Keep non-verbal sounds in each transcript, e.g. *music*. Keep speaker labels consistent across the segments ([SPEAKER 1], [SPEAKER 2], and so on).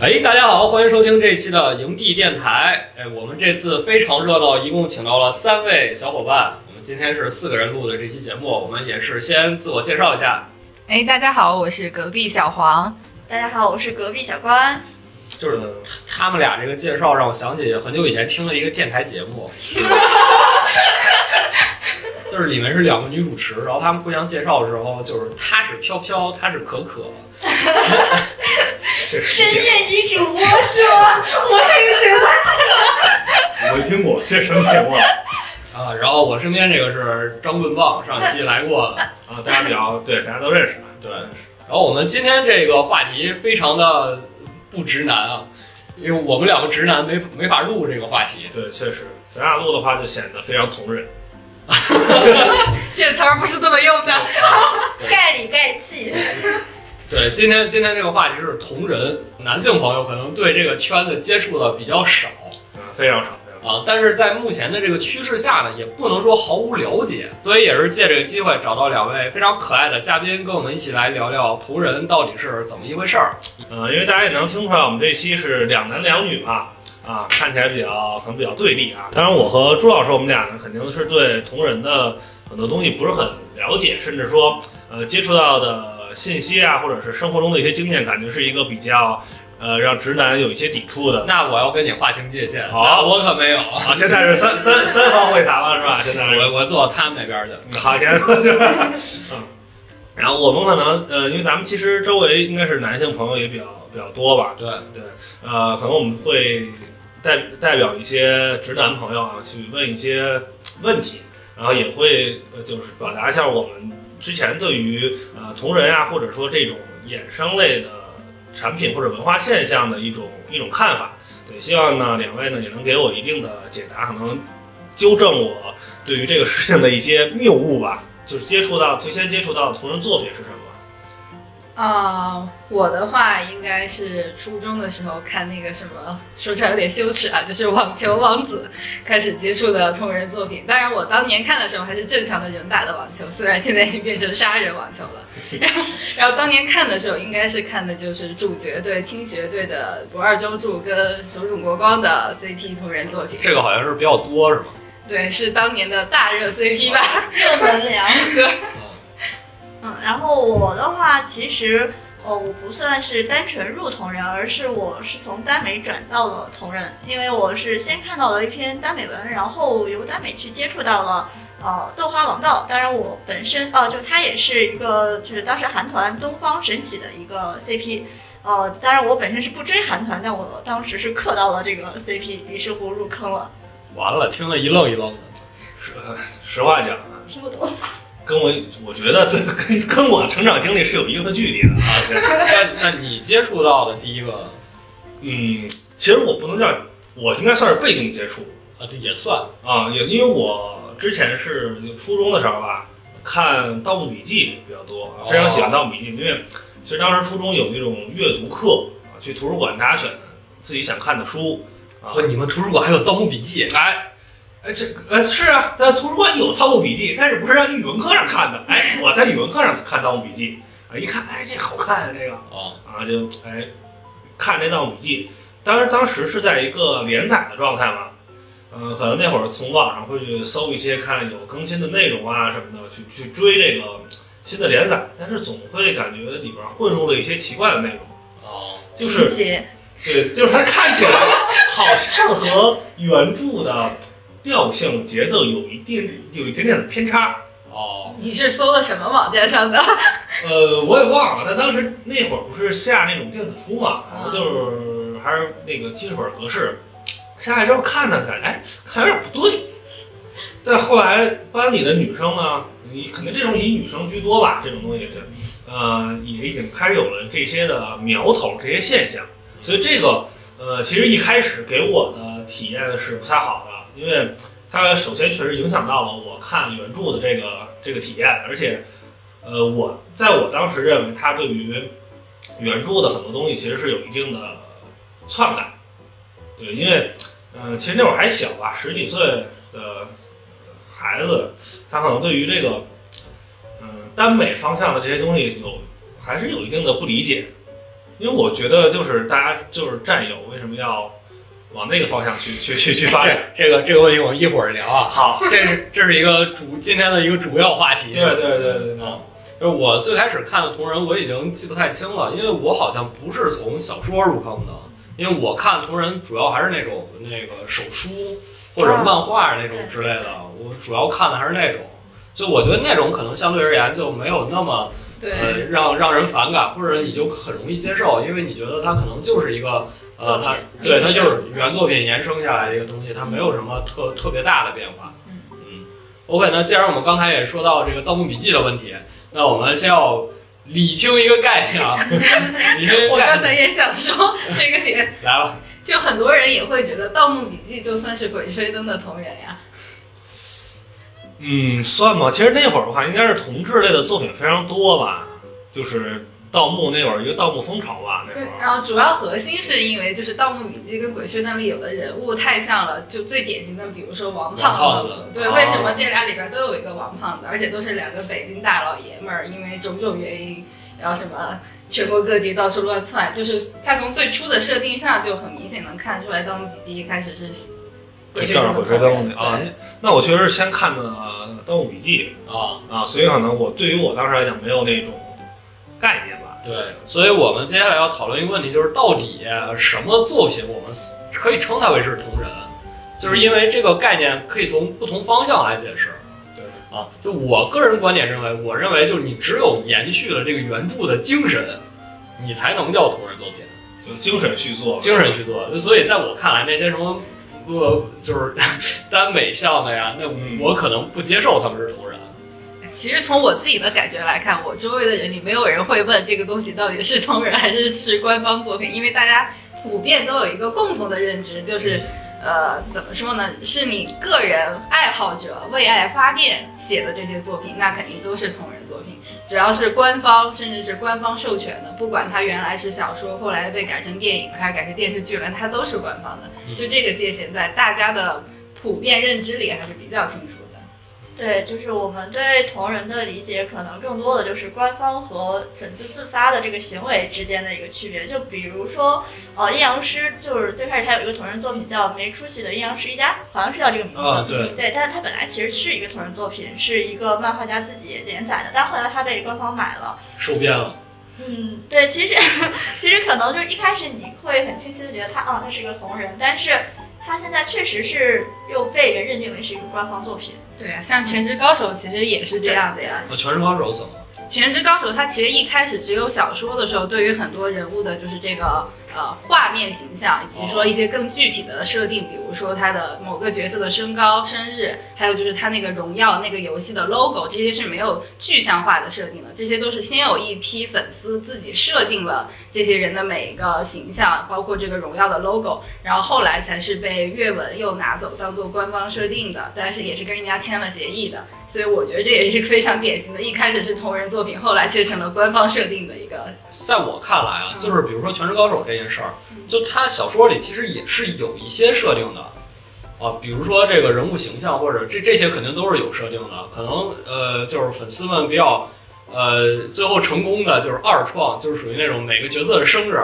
[SPEAKER 1] 哎，大家好，欢迎收听这期的营地电台。哎，我们这次非常热闹，一共请到了三位小伙伴。我们今天是四个人录的这期节目，我们也是先自我介绍一下。
[SPEAKER 2] 哎，大家好，我是隔壁小黄。
[SPEAKER 3] 大家好，我是隔壁小关。
[SPEAKER 1] 就是他们俩这个介绍让我想起很久以前听了一个电台节目，就是里面是两个女主持，然后她们互相介绍的时候，就是她是飘飘，她是可可。这是
[SPEAKER 3] 深
[SPEAKER 1] 一件
[SPEAKER 3] 夜女主播是吗？我也觉得
[SPEAKER 4] 我没听过，这什么节目啊？
[SPEAKER 1] 啊，然后我身边这个是张棍棒，上一期来过。
[SPEAKER 4] 啊，大家比较对，大家都认识。啊
[SPEAKER 1] 对，然后我们今天这个话题非常的不直男啊，因为我们两个直男没没法录这个话题。 *laughs*
[SPEAKER 4] 对，确实，咱俩录的话就显得非常同人。
[SPEAKER 2] 这词儿不是这么用的。
[SPEAKER 3] 盖里盖气。
[SPEAKER 1] 对，今天今天这个话题是同人，男性朋友可能对这个圈子接触的比较少
[SPEAKER 4] 啊，非常少，非常少。
[SPEAKER 1] 啊，但是在目前的这个趋势下呢，也不能说毫无了解，所以也是借这个机会找到两位非常可爱的嘉宾，跟我们一起来聊聊同人到底是怎么一回事儿。
[SPEAKER 4] 呃，因为大家也能听出来，我们这期是两男两女嘛，啊，看起来比较可能比较对立啊。当然，我和朱老师我们俩呢，肯定是对同人的很多东西不是很了解，甚至说呃接触到的信息啊，或者是生活中的一些经验，感觉是一个比较呃让直男有一些抵触的。
[SPEAKER 1] 那我要跟你划清界限，
[SPEAKER 4] 好
[SPEAKER 1] 那我可没有，
[SPEAKER 4] 啊，现在是三三三方会谈了是吧？现在是。
[SPEAKER 1] 我我坐他们那边儿去。
[SPEAKER 4] 好钱，就是，嗯，然后我们可能呃，因为咱们其实周围应该是男性朋友也比较比较多吧，
[SPEAKER 1] 对，
[SPEAKER 4] 呃，可能我们会代代表一些直男朋友啊去问一些问题，然后也会呃就是表达一下我们之前对于呃同人啊，或者说这种衍生类的呃产品或者文化现象的一种呃一种看法。对，希望呢两位呢也能给我一定的解答，可能纠正我对于这个事情的一些谬误吧。就是接触到最先接触到的同人作品是什么？
[SPEAKER 2] 啊、我的话应该是初中的时候看那个什么，说出来有点羞耻啊，就是《网球王子》开始接触的同人作品。当然，我当年看的时候还是正常的人打的网球，虽然现在已经变成杀人网球了。然后，然后当年看的时候，应该是看的就是主角队青学队的不二周助跟手冢国光的 CP 同人作品。
[SPEAKER 1] 这个好像是比较多，是吗？
[SPEAKER 2] 对，是当年的大热 CP 吧？
[SPEAKER 3] 热门凉。
[SPEAKER 1] 嗯
[SPEAKER 3] *laughs* 嗯，然后我的话，其实呃，我不算是单纯入同人，而是我是从耽美转到了同人，因为我是先看到了一篇耽美文，然后由耽美去接触到了。呃，豆花王道，当然我本身哦、就它也是一个，就是当时韩团东方神起的一个 CP，呃，当然我本身是不追韩团，但我当时是磕到了这个 CP，于是乎入坑了，
[SPEAKER 1] 完了，听了一愣一愣的。
[SPEAKER 4] 实实话讲啊，
[SPEAKER 3] 听不懂。
[SPEAKER 4] 跟我我觉得对跟跟我成长经历是有一定的距离的啊。对
[SPEAKER 1] 那那你接触到的第一个，
[SPEAKER 4] *laughs* 嗯，其实我不能叫，我应该算是被动接触
[SPEAKER 1] 啊，这也算
[SPEAKER 4] 啊，也因为我之前是初中的时候吧，看《盗墓笔记》比较多，啊，非常喜欢《盗墓笔记》，因为其实当时初中有那种阅读课啊，去图书馆大家选自己想看的书啊
[SPEAKER 1] 和。你们图书馆还有《盗墓笔记》
[SPEAKER 4] 哎，哎，这呃是啊，在图书馆有《盗墓笔记》，但是不是让你语文课上看的？哎，我在语文课上看《盗墓笔记》啊，一看，哎，这好看啊，这个。
[SPEAKER 1] 啊，
[SPEAKER 4] 啊，就哎看这《盗墓笔记》，当然当时是在一个连载的状态嘛，嗯、可能那会儿从网上会去搜一些看有更新的内容啊什么的，去去追这个新的连载，但是总会感觉里边混入了一些奇怪的内容，
[SPEAKER 1] 哦，
[SPEAKER 4] 就是
[SPEAKER 3] *laughs*
[SPEAKER 4] 对，就是它看起来好像和原著的调性节奏有一定有一点点的偏差。
[SPEAKER 1] 哦，
[SPEAKER 2] 你是搜的什么网站上的？
[SPEAKER 4] 呃，我也忘了，但当时那会儿不是下那种电子书嘛，
[SPEAKER 2] 啊
[SPEAKER 4] 就是还是那个记事本格式，下来之后看呢，感觉哎，看有点不对。但后来班里的女生呢，你肯定这种以女生居多吧，这种东西对，呃，也已经开始有了这些的苗头，这些现象。所以这个呃，其实一开始给我的体验是不太好的，因为它首先确实影响到了我看原著的这个这个体验，而且呃，我在我当时认为，它对于原著的很多东西其实是有一定的篡改，对，因为，嗯、其实那会儿还小吧，十几岁的孩子，他可能对于这个，呃嗯、耽美方向的这些东西有还是有一定的不理解，因为我觉得就是大家就是战友为什么要往那个方向去去去去
[SPEAKER 1] *laughs*
[SPEAKER 4] 发展？
[SPEAKER 1] 这这个这个问题我们一会儿聊啊。
[SPEAKER 4] 好，
[SPEAKER 1] 这是这是一个主今天的一个主要话题。
[SPEAKER 4] 对对对对对，
[SPEAKER 1] 就是我最开始看的同人，我已经记不太清了，因为我好像不是从小说入坑的，因为我看同人主要还是那种那个手书或者漫画那种之类的，我主要看的还是那种，就我觉得那种可能相对而言就没有那么。
[SPEAKER 2] 对，
[SPEAKER 1] 呃，让让人反感，或者你就很容易接受，因为你觉得它可能就是一个
[SPEAKER 3] 作
[SPEAKER 1] 呃，
[SPEAKER 3] 品
[SPEAKER 1] 它对它就是原作品延伸下来的一个东西，它没有什么特特别大的变化。
[SPEAKER 2] 嗯
[SPEAKER 1] 嗯，OK，那既然我们刚才也说到这个《盗墓笔记》的问题，那我们先要理清一个概
[SPEAKER 3] *laughs*
[SPEAKER 1] 念啊，理清一个
[SPEAKER 2] 我
[SPEAKER 1] 概
[SPEAKER 2] 刚
[SPEAKER 1] 念
[SPEAKER 2] 才也想说这个点，
[SPEAKER 1] 来吧，
[SPEAKER 2] 就很多人也会觉得《盗墓笔记》就算是《鬼吹灯》的同人呀。
[SPEAKER 4] 嗯，算吧。其实那会儿的话，应该是同志类的作品非常多吧，就是盗墓那会儿一个盗墓风潮吧，那会
[SPEAKER 2] 对，
[SPEAKER 4] 儿。
[SPEAKER 2] 然后主要核心是因为就是《盗墓笔记》跟《鬼吹灯》里有的人物太像了，就最典型的，比如说王胖
[SPEAKER 1] 王胖子
[SPEAKER 2] 对，
[SPEAKER 4] 哦
[SPEAKER 2] 为什么这俩里边都有一个王胖子，而且都是两个北京大老爷们儿，因为种种原因，然后什么全国各地到处乱窜，就是他从最初的设定上就很明显能看出来，《盗墓笔记》一开始是《
[SPEAKER 4] 对，
[SPEAKER 2] 鬼
[SPEAKER 4] 正是《鬼吹
[SPEAKER 2] 吹
[SPEAKER 4] 灯
[SPEAKER 2] 灯》》
[SPEAKER 4] 那啊，那我确实是先看的呃《盗墓笔记
[SPEAKER 1] 啊，》
[SPEAKER 4] 啊，所以可能我对于我当时来讲没有那种概念吧。
[SPEAKER 1] 对，所以我们接下来要讨论一个问题，就是到底什么作品我们可以称它为是同人，就是因为这个概念可以从不同方向来解释。
[SPEAKER 4] 对，
[SPEAKER 1] 啊，就我个人观点认为，我认为就是你只有延续了这个原著的精神，你才能叫同人作品，
[SPEAKER 4] 就精神续作。
[SPEAKER 1] 精神去做。所以在我看来，那些什么呃，就是 *laughs* 耽美向的呀，那
[SPEAKER 4] 嗯
[SPEAKER 1] 我可能不接受他们是同人。
[SPEAKER 2] 其实从我自己的感觉来看，我周围的人里没有人会问这个东西到底是同人还是是官方作品，因为大家普遍都有一个共同的认知，就是，呃，怎么说呢？是你个人爱好者为爱发电写的这些作品，那肯定都是同人作品。只要是官方，甚至是官方授权的，不管它原来是小说，后来被改成电影，还是改成电视剧了，它都是官方的。
[SPEAKER 1] 嗯
[SPEAKER 2] 就这个界限在大家的普遍认知里还是比较清楚的。
[SPEAKER 3] 对，就是我们对同人的理解，可能更多的就是官方和粉丝自发的这个行为之间的一个区别。就比如说，呃，阴阳师就是最开始他有一个同人作品叫《没出息的阴阳师一家》，好像是叫这个名字。
[SPEAKER 1] 啊，对，
[SPEAKER 3] 对，但是它本来其实是一个同人作品，是一个漫画家自己连载的，但后来他被官方买了。
[SPEAKER 1] 收编了。
[SPEAKER 3] 嗯，对，其实 *laughs* 其实可能就是一开始你会很清晰的觉得他啊、他是一个同人，但是他现在确实是又被人认定为是一个官方作品。
[SPEAKER 2] 对啊，像《全职高手》其实也是这样的呀。
[SPEAKER 1] 那《全职高手》怎么了？
[SPEAKER 2] 《全职高手》它其实一开始只有小说的时候，对于很多人物的就是这个呃画面形象，以及说一些更具体的设定，比如说他的某个角色的身高、生日，还有就是他那个荣耀那个游戏的 logo，这些是没有具象化的设定的，这些都是先有一批粉丝自己设定了这些人的每一个形象，包括这个荣耀的 logo，然后后来才是被阅文又拿走当做官方设定的，但是也是跟人家签了协议的。所以我觉得这也是非常典型的，一开始是同人作品，后来却成了官方设定的一个。
[SPEAKER 1] 在我看来啊，
[SPEAKER 2] 嗯
[SPEAKER 1] 就是比如说《全职高手》这件事儿
[SPEAKER 2] 嗯，
[SPEAKER 1] 就他小说里其实也是有一些设定的，啊，比如说这个人物形象或者这这些肯定都是有设定的，可能呃就是粉丝们比较呃最后成功的就是二创，就是属于那种每个角色的生日。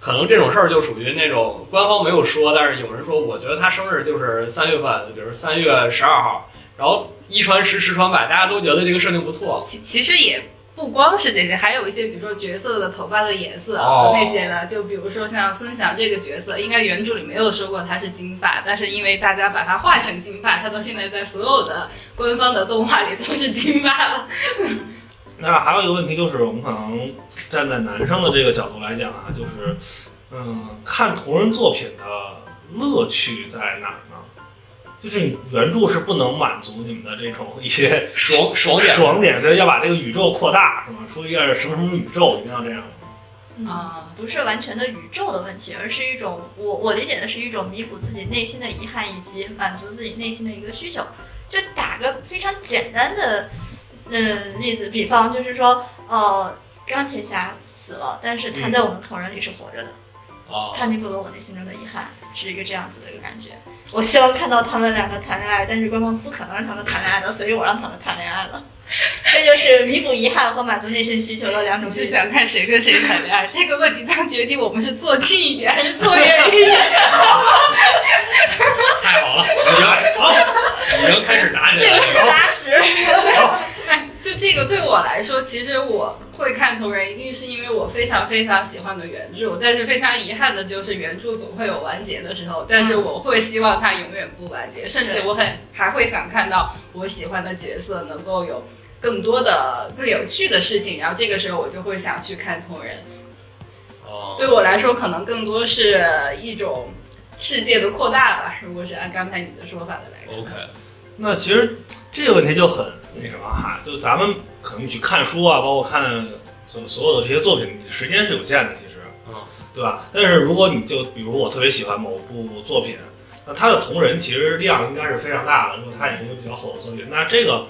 [SPEAKER 1] 可能这种事儿就属于那种官方没有说，但是有人说，我觉得他生日就是三月份，比如三月十二号，然后一传十，十传百，大家都觉得这个设定不错，
[SPEAKER 2] 其其实也不光是这些，还有一些，比如说角色的头发的颜色、啊
[SPEAKER 1] 哦
[SPEAKER 2] 那些的，就比如说像孙翔这个角色，应该原著里没有说过他是金发，但是因为大家把他画成金发，他到现在在所有的官方的动画里都是金发了。
[SPEAKER 4] 那还有一个问题就是，我们可能站在男生的这个角度来讲啊，就是，嗯，看同人作品的乐趣在哪儿呢？就是你原著是不能满足你们的这种一些
[SPEAKER 1] 爽爽点，
[SPEAKER 4] 爽点，对，要把这个宇宙扩大，是吗？说一个什么什么宇宙，一定要
[SPEAKER 1] *laughs*
[SPEAKER 4] 这样。
[SPEAKER 3] 嗯
[SPEAKER 2] 啊、
[SPEAKER 3] 不是完全的宇宙的问题，而是一种我我理解的是一种弥补自己内心的遗憾以及满足自己内心的一个需求。就打个非常简单的嗯例子，比方就是说，呃，钢铁侠死了，但是他在
[SPEAKER 2] 嗯
[SPEAKER 3] 我们同人里是活着的，
[SPEAKER 1] 啊，
[SPEAKER 3] 他弥补了我内心中的遗憾，是一个这样子的一个感觉。我希望看到他们两个谈恋爱，但是官方不可能让他们谈恋爱的，所以我让他们谈恋爱了。 *laughs* 这就是弥补遗憾和满足内心需求的两种
[SPEAKER 2] 你
[SPEAKER 3] 方
[SPEAKER 2] 是
[SPEAKER 3] 式。
[SPEAKER 2] 想看谁跟谁谈恋爱？这个问题将决定我们是坐近一点还是坐远一点。
[SPEAKER 1] 太好了，已经好，已经开始打起
[SPEAKER 3] 对
[SPEAKER 1] 来
[SPEAKER 3] 不
[SPEAKER 1] 了。
[SPEAKER 3] 起，杂食。
[SPEAKER 2] 就这个对我来说，其实我会看同人，一定是因为我非常非常喜欢的原著。但是非常遗憾的就是，原著总会有完结的时候，但是我会希望它永远不完结，甚至我很还会想看到我喜欢的角色能够有更多的更有趣的事情。然后这个时候我就会想去看同人。
[SPEAKER 1] 哦，
[SPEAKER 2] 对我来说，可能更多是一种世界的扩大吧。如果是按刚才你的说法的来看，
[SPEAKER 1] ，OK，
[SPEAKER 4] 那其实这个问题就很那什么哈，就咱们可能去看书啊，包括看所所有的这些作品，你时间是有限的，其实，
[SPEAKER 1] 嗯，
[SPEAKER 4] 对吧？但是如果你就比如我特别喜欢某部作品，那它的同人其实量应该是非常大的，如果它也是一个比较火的作品，那这个，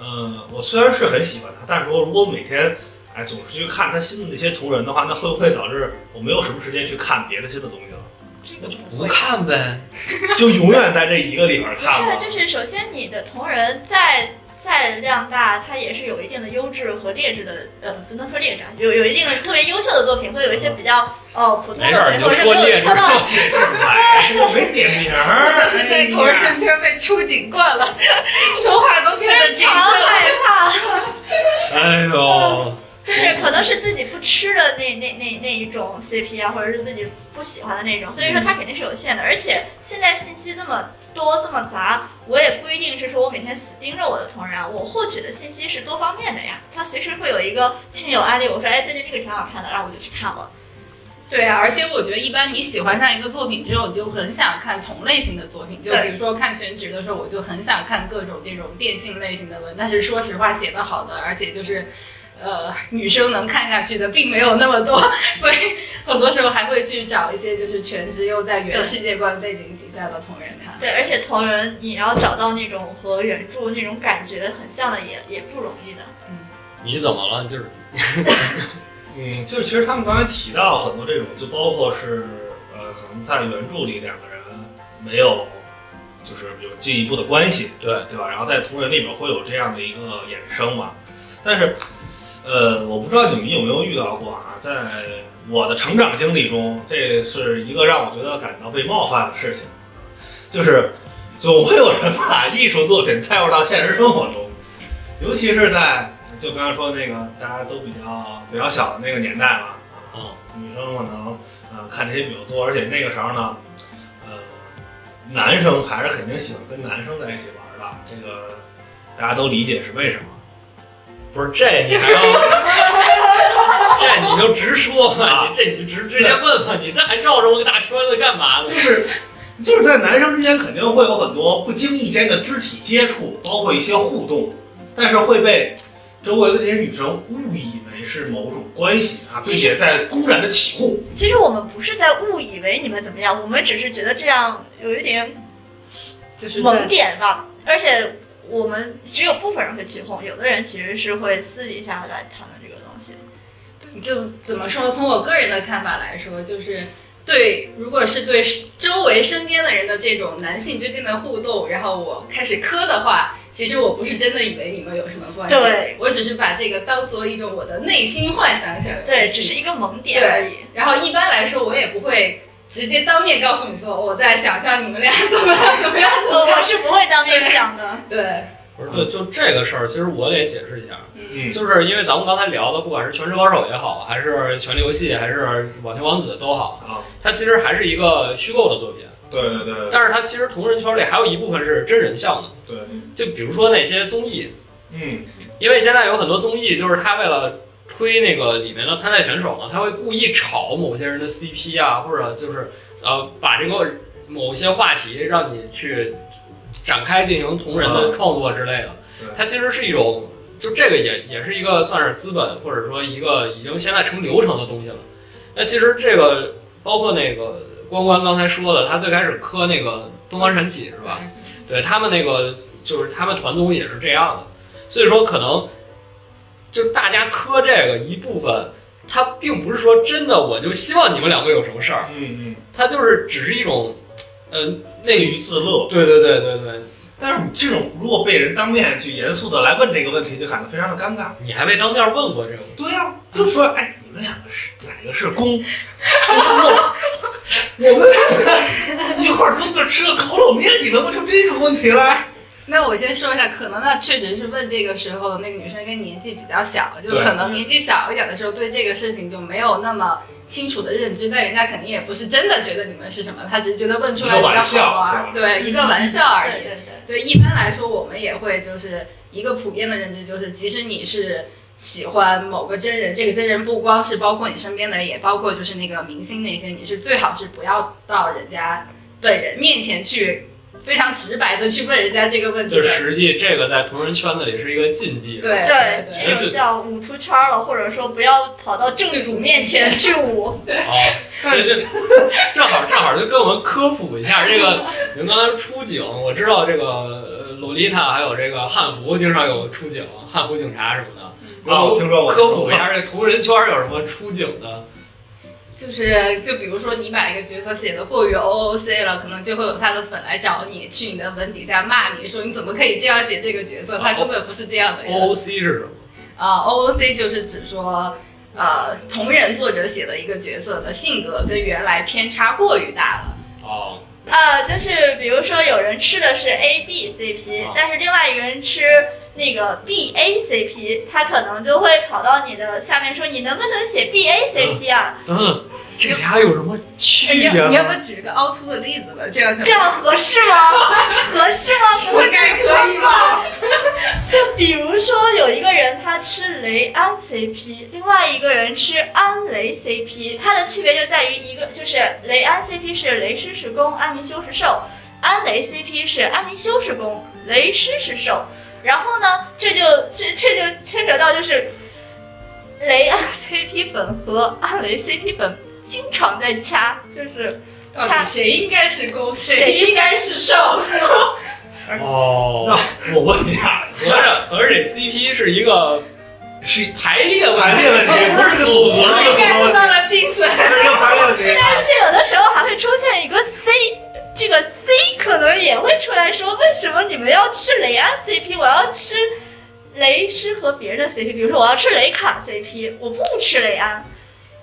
[SPEAKER 4] 嗯，我虽然是很喜欢它，但是说如果每天哎总是去看它新的那些同人的话，那会不会导致我没有什么时间去看别的新的东西了？
[SPEAKER 3] 这个
[SPEAKER 1] 不看呗。
[SPEAKER 4] 就永远在这一个里边
[SPEAKER 3] 不
[SPEAKER 4] 看了
[SPEAKER 3] 是，。就是首先你的同人再再量大，它也是有一定的优质和劣质的，呃，不能说劣质，啊，有有一定的特别优秀的作品，会有一些比较呃普通
[SPEAKER 1] 嗯没事儿，
[SPEAKER 3] 的
[SPEAKER 1] 你
[SPEAKER 3] 作
[SPEAKER 1] 就
[SPEAKER 3] 品，
[SPEAKER 1] 说
[SPEAKER 3] 或者没有
[SPEAKER 1] 劣质
[SPEAKER 3] 说到。
[SPEAKER 1] 吧。
[SPEAKER 4] 这是买，这个没点名儿，
[SPEAKER 2] 这就是在同
[SPEAKER 4] 哎呀
[SPEAKER 2] 人圈被出警惯了， *laughs* 说话都变得
[SPEAKER 3] *laughs* 非
[SPEAKER 2] 谨
[SPEAKER 3] 常
[SPEAKER 2] 慎。
[SPEAKER 3] 害怕，
[SPEAKER 1] 哎呦，
[SPEAKER 3] 就是可能是自己不吃的那那那那一种 CP 啊，或者是自己不喜欢的那种，所以说它肯定是有限的。而且现在信息这么多这么杂，我也不一定是说我每天死盯着我的同人啊，我获取的信息是多方面的呀。它随时会有一个亲友案例，我说哎最近这个挺好看的，然后我就去看了。
[SPEAKER 2] 对啊，而且我觉得一般你喜欢上一个作品之后，你就很想看同类型的作品。就
[SPEAKER 3] 对
[SPEAKER 2] 比如说看全职的时候，我就很想看各种这种电竞类型的文，但是说实话，写的好的，而且就是。呃，女生能看下去的并没有那么多， *laughs* 所以很多时候还会去找一些就是全职又在原
[SPEAKER 3] 对
[SPEAKER 2] 世界观背景底下的同人看。
[SPEAKER 3] 对，而且同人你要找到那种和原著那种感觉很像的也也不容易的。
[SPEAKER 1] 你怎么了？你就是
[SPEAKER 4] 嗯，就是其实他们刚才提到很多这种，就包括是呃，可能在原著里两个人没有就是有进一步的关系，
[SPEAKER 1] 对，
[SPEAKER 4] 对吧？然后在同人里边会有这样的一个衍生嘛。但是，呃，我不知道你们有没有遇到过啊，在我的成长经历中，这是一个让我觉得感到被冒犯的事情，就是总会有人把艺术作品带入到现实生活中，尤其是在就刚才说那个大家都比较比较小的那个年代嘛，
[SPEAKER 1] 嗯，
[SPEAKER 4] 女生可能呃看这些比较多，而且那个时候呢，呃，男生还是肯定喜欢跟男生在一起玩的，这个大家都理解是为什么。
[SPEAKER 1] 不是这你还 *laughs* 要，这你就直说嘛，
[SPEAKER 4] 啊
[SPEAKER 1] 你这你直直接问问，你这还绕着我个大圈子干嘛呢
[SPEAKER 4] 就？是就是在男生之间肯定会有很多不经意间的肢体接触，包括一些互动，但是会被周围的这些女生误以为是某种关系啊，并且在公然的起哄。
[SPEAKER 3] 其实我们不是在误以为你们怎么样，我们只是觉得这样有一点
[SPEAKER 2] 就是在
[SPEAKER 3] 萌点吧。而且我们只有部分人会起哄，有的人其实是会私底下来谈论这个东西。
[SPEAKER 2] 就怎么说？从我个人的看法来说，就是对，如果是对周围身边的人的这种男性之间的互动，然后我开始磕的话，其实我不是真的以为你们有什么关系，
[SPEAKER 3] 对，
[SPEAKER 2] 我只是把这个当做一种我的内心幻想小游戏，
[SPEAKER 3] 对，只是一个萌点而已。
[SPEAKER 2] 然后一般来说，我也不会直接当面告诉你说我在想象你们俩怎么样怎么样怎
[SPEAKER 3] *laughs*
[SPEAKER 2] 么
[SPEAKER 3] 我我
[SPEAKER 2] 样。
[SPEAKER 3] 是不会当面讲的。
[SPEAKER 2] 对，
[SPEAKER 1] 不是，就就这个事儿，其实我得解释一下，
[SPEAKER 4] 嗯
[SPEAKER 1] 就是因为咱们刚才聊的，不管是《全职高手》也好，还是《权力游戏》，还是《网球王子》都好，
[SPEAKER 4] 啊，
[SPEAKER 1] 它其实还是一个虚构的作品，
[SPEAKER 4] 对对对
[SPEAKER 1] 但是它其实同人圈里还有一部分是真人像的，
[SPEAKER 4] 对，
[SPEAKER 1] 就比如说那些综艺，
[SPEAKER 4] 嗯，
[SPEAKER 1] 因为现在有很多综艺，就是他为了推那个里面的参赛选手嘛，他会故意炒某些人的 CP 啊，或者就是呃把这个某些话题让你去展开进行同人的创作之类的
[SPEAKER 4] 对。
[SPEAKER 1] 它其实是一种，就这个也也是一个算是资本，或者说一个已经现在成流程的东西了。那其实这个包括那个关关刚才说的，他最开始磕那个东方神起是吧？？对他们那个就是他们团综也是这样的，所以说可能就大家磕这个一部分，他并不是说真的我就希望你们两个有什么事儿，
[SPEAKER 4] 嗯嗯，
[SPEAKER 1] 他就是只是一种，呃，
[SPEAKER 4] 自
[SPEAKER 1] 那
[SPEAKER 4] 娱自乐。
[SPEAKER 1] 对对对对对，
[SPEAKER 4] 但是你这种如果被人当面去严肃的来问这个问题，就感到非常的尴尬。
[SPEAKER 1] 你还没当面问过这个，
[SPEAKER 4] 对呀、
[SPEAKER 3] 嗯
[SPEAKER 4] 就说哎，你们两个是哪个是
[SPEAKER 3] *laughs*
[SPEAKER 4] 公？我我们俩一块儿蹲着吃个烤冷面，你能问出这个问题来？
[SPEAKER 2] *laughs* 那我先说一下，可能那确实是问这个时候的那个女生，应该年纪比较小，就
[SPEAKER 4] 对
[SPEAKER 2] 可能年纪小一点的时候，对这个事情就没有那么清楚的认知，但人家肯定也不是真的觉得你们是什么，他只是觉得问出来
[SPEAKER 4] 一
[SPEAKER 2] 比
[SPEAKER 4] 个
[SPEAKER 2] 较
[SPEAKER 4] 玩笑
[SPEAKER 2] 好玩
[SPEAKER 4] 是吧
[SPEAKER 2] 儿，对，一个玩笑而
[SPEAKER 3] 对
[SPEAKER 2] 已。
[SPEAKER 3] 对
[SPEAKER 2] 对，
[SPEAKER 3] 对，
[SPEAKER 2] 一般来说我们也会就是一个普遍的认知，就是即使你是喜欢某个真人，这个真人不光是包括你身边的人，也包括就是那个明星那些，你是最好是不要到人家本人面前去非常直白的去问人家这个问题
[SPEAKER 1] 就
[SPEAKER 2] 的。
[SPEAKER 1] 实际这个在同人圈子里是一个禁忌。
[SPEAKER 2] 对
[SPEAKER 3] 对，
[SPEAKER 2] 对，
[SPEAKER 3] 这种叫舞出圈了，或者说不要跑到正主面前去舞。
[SPEAKER 1] *laughs* 哦，但是就正好正好就跟我们科普一下这个，你们刚才出警，我知道这个呃洛丽塔还有这个汉服经常有出警，汉服警察什么的。然
[SPEAKER 4] 啊，我
[SPEAKER 1] 后
[SPEAKER 4] 听说啊过
[SPEAKER 1] 科普一下这同人圈有什么出警的？
[SPEAKER 2] 就是就比如说你把一个角色写的过于 O O C 了，可能就会有他的粉来找你，去你的文底下骂你说你怎么可以这样写这个角色，他根本不是这样的人。
[SPEAKER 1] OOC 是什么？
[SPEAKER 2] 啊、o o c 就是指说，呃，同人作者写的一个角色的性格跟原来偏差过于大了。
[SPEAKER 1] 哦，
[SPEAKER 3] 啊，就是比如说有人吃的是 A B C P，
[SPEAKER 1] 啊
[SPEAKER 3] 但是另外一个人吃那个 B A C P，他可能就会跑到你的下面说：“你能不能写 B A C P 啊？
[SPEAKER 1] 等等，嗯这俩有什么区别
[SPEAKER 2] 你要
[SPEAKER 1] 吗？
[SPEAKER 2] 哎你要不要举一个凹凸的例子吧？这样可能
[SPEAKER 3] 这样合适
[SPEAKER 2] *laughs*
[SPEAKER 3] 吗？合适吗？不会
[SPEAKER 2] 应该可以吧？
[SPEAKER 3] 就 *laughs* 比如说有一个人他吃雷安 CP，另外一个人吃安雷 CP，它的区别就在于一个就是雷安 CP 是雷狮是公，安明修是受；安雷 CP 是安明修是公，雷狮是受。然后呢，这就这这就牵扯到就是雷安 CP 粉和安雷 CP 粉经常在掐，就是
[SPEAKER 2] 到底谁应该是攻，
[SPEAKER 3] 谁
[SPEAKER 2] 谁应该是受？
[SPEAKER 1] 哦，
[SPEAKER 4] 那我问一啊下，
[SPEAKER 1] 合着合着这 CP 是一个
[SPEAKER 4] 是
[SPEAKER 3] *laughs*
[SPEAKER 1] 排列问题
[SPEAKER 4] 排
[SPEAKER 1] *laughs*
[SPEAKER 4] 列问题，不是个组合
[SPEAKER 2] 我
[SPEAKER 4] 的
[SPEAKER 2] 应该知
[SPEAKER 4] 问题，
[SPEAKER 2] 道了精髓。
[SPEAKER 4] 是一个排列问题。
[SPEAKER 3] 但是有的时候还会出现一个 C，这个 C 可能也会出来说，为什么你们要吃雷安 CP，我要吃雷吃和别人的 CP，比如说我要吃雷卡 CP，我不吃雷啊安，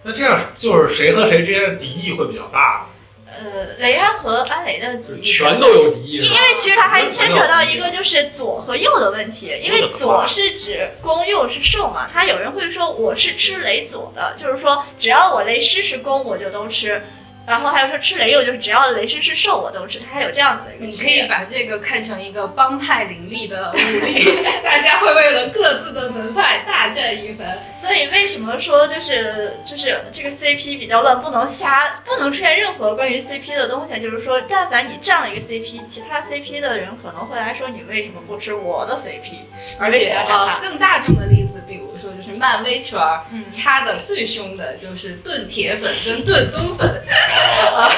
[SPEAKER 4] 那这样就是谁和谁之间的敌意会比较大？
[SPEAKER 3] 呃，雷安和安雷的
[SPEAKER 1] 就是
[SPEAKER 3] 敌
[SPEAKER 1] 全都有敌意
[SPEAKER 3] 因
[SPEAKER 1] 是吧？
[SPEAKER 3] 为其实它还牵扯到一个就是左和右的问题，因为左是指攻，右是受嘛。他有人会说我是吃雷左的，就是说只要我雷狮是攻，我就都吃。然后还有说吃雷右，就是只要雷狮是受，我都吃。它还有这样子的一个
[SPEAKER 2] *laughs* 你嗯
[SPEAKER 3] 区
[SPEAKER 2] 可
[SPEAKER 3] 别
[SPEAKER 2] 以把这个看成一个帮派林立的武 *laughs* 力，大家会为了各自的门派大战一番。
[SPEAKER 3] 所以为什么说就是就是这个 CP 比较乱，不能瞎，不能出现任何关于 CP 的东西？就是说，但凡你占了一个 CP，其他 CP 的人可能会来说你为什么不吃我的 CP，
[SPEAKER 2] 而
[SPEAKER 3] 为
[SPEAKER 2] 且
[SPEAKER 3] 什么要占
[SPEAKER 2] 呃
[SPEAKER 3] 他？
[SPEAKER 2] 更大众的例子，比如说就是漫威圈儿，
[SPEAKER 3] 嗯
[SPEAKER 2] 掐的最凶的就是炖铁粉跟炖冬粉。
[SPEAKER 1] *laughs*
[SPEAKER 4] 哦，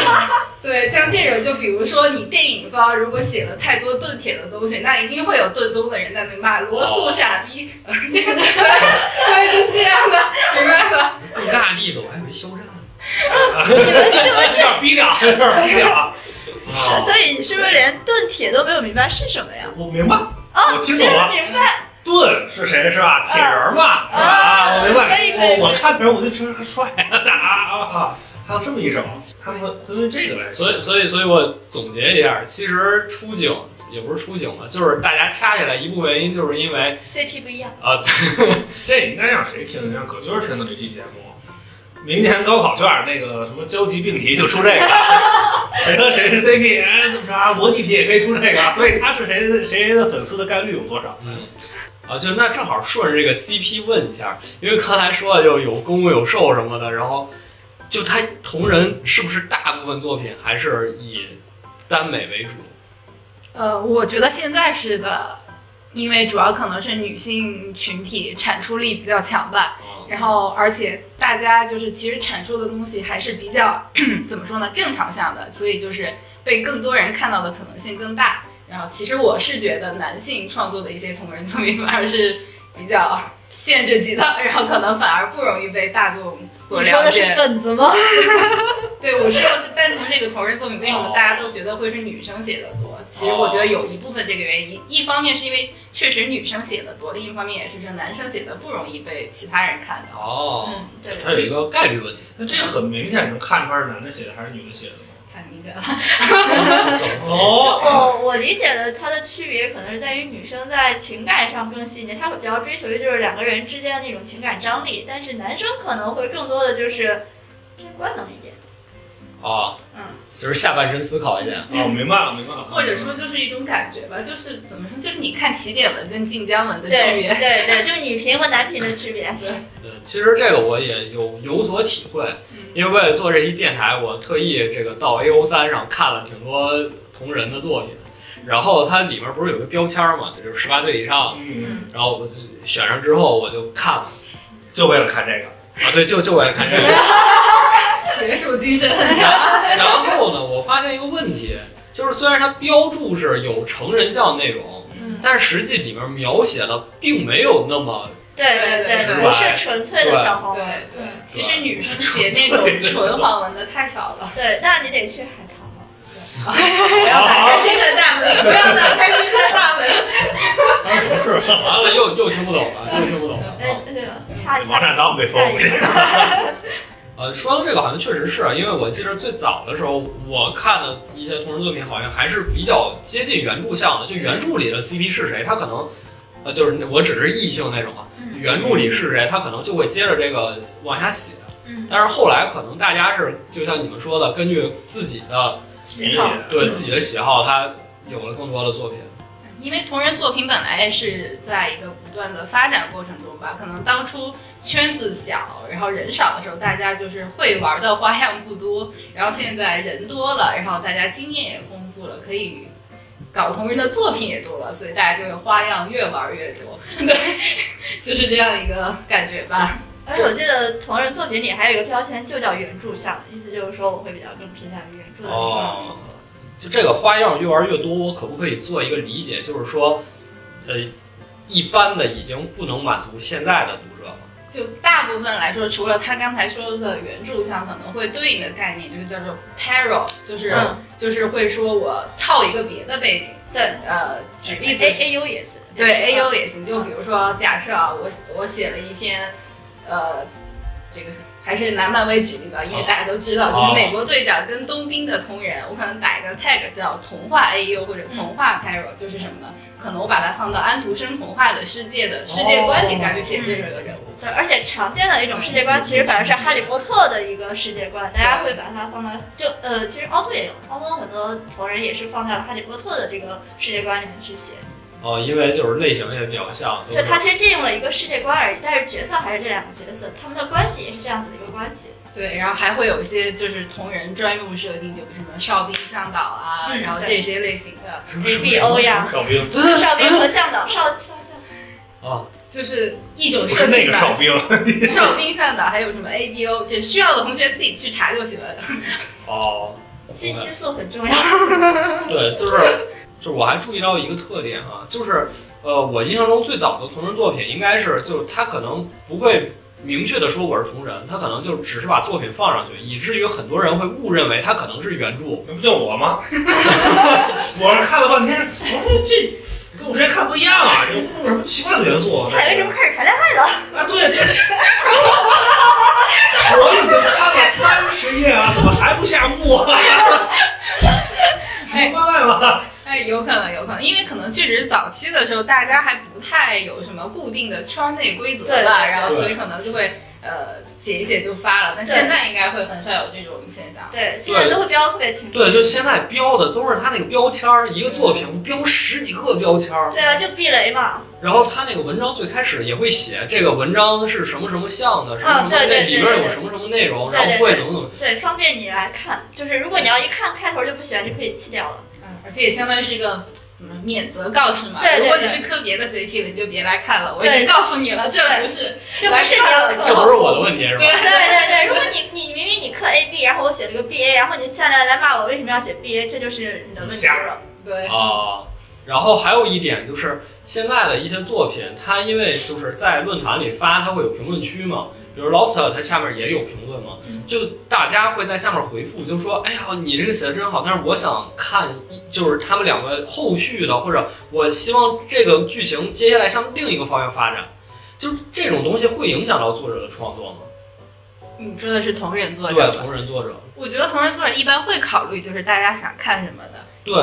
[SPEAKER 2] *laughs* 对，像这种就比如说你电影方如果写了太多炖铁的东西，那一定会有炖冬的人在那骂罗素傻逼，这个 *laughs* 所以就是这样的， *laughs* 明白吧？
[SPEAKER 1] 更大例子我还以为肖战呢。
[SPEAKER 3] 你们是不
[SPEAKER 4] 有 *laughs*
[SPEAKER 3] 是？
[SPEAKER 4] 点逼掉，有点逼掉啊！
[SPEAKER 1] 哦
[SPEAKER 3] 所以你是不是连炖铁都没有明白是什么呀？
[SPEAKER 4] 我明白，
[SPEAKER 3] 哦，
[SPEAKER 4] 我听懂了
[SPEAKER 3] 这个明白。
[SPEAKER 4] 盾是谁是吧？铁人嘛，是吧？啊，我明白。
[SPEAKER 3] 嗯可以可以
[SPEAKER 4] 我我看的时候我就觉得他帅 *laughs* 啊啊啊！还有这么一首，他们会为这个来说。
[SPEAKER 1] 所以，所以，所以我总结一下，其实出警也不是出警了，就是大家掐起来一部分原因，就是因为
[SPEAKER 3] CP 不一样，
[SPEAKER 1] 啊、
[SPEAKER 4] 这应该让谁听的？让葛军儿听的这期节目。明年高考卷儿那个什么交集命题就出
[SPEAKER 3] *laughs*
[SPEAKER 4] 这个，谁和谁是 CP，哎，怎么着啊？逻辑题也可以出这个，所以他是谁的谁谁的粉丝的概率有多少？
[SPEAKER 1] 嗯，啊，就那正好顺着这个 CP 问一下，因为刚才说的就有攻有受什么的，然后就他同人是不是大部分作品还是以耽美为主？
[SPEAKER 2] 呃，我觉得现在是的，因为主要可能是女性群体产出力比较强吧。
[SPEAKER 1] 啊、
[SPEAKER 2] 然后，而且大家就是其实阐述的东西还是比较 *clears throat* 怎么说呢，正常向的，所以就是嗯被更多人看到的可能性更大。然后，其实我是觉得男性创作的一些同人作品反而是比较限制级的，然后可能反而不容易被大众所
[SPEAKER 3] 你说
[SPEAKER 2] 了
[SPEAKER 3] 的是
[SPEAKER 2] 解。
[SPEAKER 3] 本子吗？
[SPEAKER 2] 对，我知道单从这个同人作品，为什么大家都觉得会是女生写的多？其实我觉得有一部分这个原
[SPEAKER 3] 哦
[SPEAKER 2] 因，一方面是因为确实女生写的多，另一方面也是这男生写的不容易被其他人看到。
[SPEAKER 1] 哦，
[SPEAKER 2] 嗯，
[SPEAKER 3] 对，
[SPEAKER 1] 它有一个概率问
[SPEAKER 4] *laughs*
[SPEAKER 1] 题，
[SPEAKER 4] 那这个很明显能看出来是男的写的还是女的写的吗？
[SPEAKER 2] 太明显了。
[SPEAKER 1] 怎么
[SPEAKER 4] 哦
[SPEAKER 3] 我我理解的它的区别可能是在于女生在情感上更细腻，她会比较追求的就是两个人之间的那种情感张力，但是男生可能会更多的就是偏官能一点。
[SPEAKER 1] 啊？
[SPEAKER 3] 嗯，
[SPEAKER 1] 就是下半身思考一点，
[SPEAKER 4] 哦，明白了，明白了。
[SPEAKER 2] 或者说就是一种感觉吧，就是怎么说，就是你看起点文跟晋江文的区
[SPEAKER 3] 对
[SPEAKER 2] 别。
[SPEAKER 3] 对对，就女频和男频的区别。
[SPEAKER 1] 嗯，其实这个我也有有所体会，
[SPEAKER 2] 嗯
[SPEAKER 1] 因为为了做这期电台，我特意这个到 A O 三上看了挺多同人的作品，然后它里面不是有个标签嘛，就是十八岁以上，
[SPEAKER 4] 嗯，
[SPEAKER 3] 嗯，
[SPEAKER 1] 然后我就选上之后我就看了
[SPEAKER 4] 就为了看这个，
[SPEAKER 1] 啊，对，就就我也看这个，
[SPEAKER 3] *laughs*
[SPEAKER 2] 学术精神很强。
[SPEAKER 1] 然后呢，我发现一个问题，就是虽然它标注是有成人向内容，
[SPEAKER 3] 嗯
[SPEAKER 1] 但是实际里面描写的并没有那么
[SPEAKER 3] 对对
[SPEAKER 2] 对对
[SPEAKER 3] 对，不是纯粹的小黄文。
[SPEAKER 2] 对对，其实女生写那种纯黄文的太少
[SPEAKER 3] *laughs*
[SPEAKER 2] 了。
[SPEAKER 3] 对，那你得去海棠了。
[SPEAKER 2] 不要打开精神大门，不要打开精神大门。
[SPEAKER 4] 当然
[SPEAKER 3] 嗯
[SPEAKER 4] 不是，
[SPEAKER 3] *laughs*
[SPEAKER 1] 完了又 *laughs* 又听不懂了，又听不懂了。
[SPEAKER 3] 哎
[SPEAKER 4] 哦
[SPEAKER 1] 啊，
[SPEAKER 3] 对，恰恰
[SPEAKER 4] 王占当被封了。 *laughs*
[SPEAKER 1] 呃，说到这个，好像确实是啊因为我记得最早的时候，我看的一些同人作品，好像还是比较接近原著向的。就原著里的 CP 是谁，他可能，呃，就是我只是异性那种啊。
[SPEAKER 3] 嗯
[SPEAKER 1] 原著里是谁，他可能就会接着这个往下写。
[SPEAKER 3] 嗯，
[SPEAKER 1] 但是后来可能大家是，就像你们说的，根据自己的
[SPEAKER 4] 理
[SPEAKER 3] 喜
[SPEAKER 4] 解
[SPEAKER 3] 好。
[SPEAKER 1] 对
[SPEAKER 3] 嗯
[SPEAKER 1] 自己的喜好，他有了更多的作品。
[SPEAKER 2] 因为同人作品本来也是在一个不断的发展过程中吧，可能当初圈子小，然后人少的时候，大家就是会玩的花样不多，然后现在人多了，然后大家经验也丰富了，可以搞同人的作品也多了，所以大家这个花样越玩越多， *laughs* 对，就是这样一个感觉吧。
[SPEAKER 3] 而且我记得同人作品里还有一个标签，就叫原著向，意思就是说我会比较更偏向于原著的那种
[SPEAKER 1] 哦就这个花样越玩越多，我可不可以做一个理解，就是说，呃，一般的已经不能满足现在的读者了。
[SPEAKER 2] 就大部分来说，除了他刚才说的原著项，可能会对应的概念就是叫做 parallel，就是、
[SPEAKER 3] 嗯
[SPEAKER 2] 就是会说我套一个别的背景。
[SPEAKER 3] 对，
[SPEAKER 2] 呃，举例子，
[SPEAKER 3] A A U 也是。
[SPEAKER 2] 对 A
[SPEAKER 3] 嗯
[SPEAKER 2] U 也行。就比如说，假设啊，我我写了一篇，呃，这个还是拿漫威举例吧，因为
[SPEAKER 1] 哦
[SPEAKER 2] 大家都知道，就
[SPEAKER 1] 哦
[SPEAKER 2] 是美国队长跟冬兵的同人，我可能打一个 tag 叫童话 A U 或者童话 p a r o 就是什么呢？可能我把它放到安徒生童话的世界的世界观底下去写这个人物。
[SPEAKER 3] 对，而且常见的一种世界观，其实反而是《哈利波特》的一个世界观，大家会把它放到就呃，其实凹凸也有，凹凸很多同人也是呃放在了《哈利波特》的这个世界观里面去写，
[SPEAKER 1] 哦，因为就是类型也比较像，
[SPEAKER 3] 就
[SPEAKER 1] 都是
[SPEAKER 3] 它其实借用了一个世界观而已，但是角色还是这两个角色，他们的关系也是这样子的一个关系。
[SPEAKER 2] 对，然后还会有一些就是同人专用设定，就比如什么哨兵向导啊，
[SPEAKER 3] 嗯
[SPEAKER 2] 然后这些类型的，
[SPEAKER 1] 什么
[SPEAKER 3] A
[SPEAKER 1] 什
[SPEAKER 3] B
[SPEAKER 1] 么
[SPEAKER 3] O 呀，
[SPEAKER 4] 哨兵
[SPEAKER 3] 哨兵和向导，哨哨
[SPEAKER 1] 啊，
[SPEAKER 2] 就是一种
[SPEAKER 4] 不是
[SPEAKER 2] 设
[SPEAKER 4] 那
[SPEAKER 2] 定
[SPEAKER 4] 个
[SPEAKER 2] 吧。
[SPEAKER 4] 哨兵，
[SPEAKER 2] 哨兵向导还有什么 ABO，这需要的同学自己去查就行了。
[SPEAKER 1] 哦，
[SPEAKER 3] 向，信息素很重要。
[SPEAKER 1] 对，就是就是我还注意到一个特点啊，就是呃，我印象中最早的同人作品应该是，就是他可能不会明确的说我是同人，他可能就只是把作品放上去，以至于很多人会误认为他可能是原著。
[SPEAKER 4] *laughs* 那不就我吗？ *laughs* 我看了半天，我说这跟我之前看不一样啊，这有什么奇怪的元素啊？
[SPEAKER 3] 还为什么开始谈恋爱？
[SPEAKER 4] 啊，对， *laughs* 这我已经看了三十页啊了，怎么还不下
[SPEAKER 3] *laughs*
[SPEAKER 4] 幕啊？什么番外吗？
[SPEAKER 2] 哎，有可能，有可能，因为可能确实早期的时候大家还不太有什么固定的圈内规则
[SPEAKER 3] 对
[SPEAKER 2] 吧，然后
[SPEAKER 1] 对
[SPEAKER 2] 所以可能就会呃写一写就发了，但
[SPEAKER 3] 对
[SPEAKER 2] 现在应该会很少有这种现象。
[SPEAKER 3] 对，现在都会标得特别清楚。
[SPEAKER 1] 对，就现在标的都是他那个标签儿，一个作品标十几个标签儿，
[SPEAKER 3] 对啊，就避雷嘛。
[SPEAKER 1] 然后他那个文章最开始也会写这个文章是什么什么项的，什么什
[SPEAKER 3] 啊
[SPEAKER 1] 么
[SPEAKER 3] 对
[SPEAKER 1] 那
[SPEAKER 3] 对
[SPEAKER 1] 里
[SPEAKER 3] 对
[SPEAKER 1] 边
[SPEAKER 3] 对
[SPEAKER 1] 有什么什么内容，
[SPEAKER 3] 对
[SPEAKER 1] 然
[SPEAKER 3] 对
[SPEAKER 1] 后会怎么怎么，
[SPEAKER 3] 对，方便你来看。就是如果你要一看开头就不喜欢，就可以弃掉了。
[SPEAKER 2] 嗯，而且也相当于是一个。怎么免责告示嘛？
[SPEAKER 3] 对对
[SPEAKER 2] 如果你
[SPEAKER 3] 对
[SPEAKER 2] 是磕别的 CP 了，你就别来看了。我已
[SPEAKER 3] 对
[SPEAKER 2] 经告诉你了，这不是。
[SPEAKER 3] 这不是你要
[SPEAKER 2] 来看了
[SPEAKER 3] 磕。
[SPEAKER 1] 这不是我的问题是吧？
[SPEAKER 3] 对对对，如果你你明明你磕 A B，然后我写了个 B A，然后你下来来骂我为什么要写 B A，这就是你的问题了。
[SPEAKER 2] 对，
[SPEAKER 1] 啊。然后还有一点就是，现在的一些作品，它因为就是在论坛里发，它会有评论区嘛。比如 Loft 它下面也有评论嘛
[SPEAKER 3] 嗯，
[SPEAKER 1] 就大家会在下面回复，就说哎呀你这个写的真好，但是我想看一就是他们两个后续的，或者我希望这个剧情接下来向另一个方向发展，就是这种东西会影响到作者的创作吗？
[SPEAKER 2] 你说的是同人作
[SPEAKER 1] 对，
[SPEAKER 2] 者吧，
[SPEAKER 1] 同人作者，
[SPEAKER 2] 我觉得同人作者一般会考虑就是大家想看什么的。
[SPEAKER 1] 对，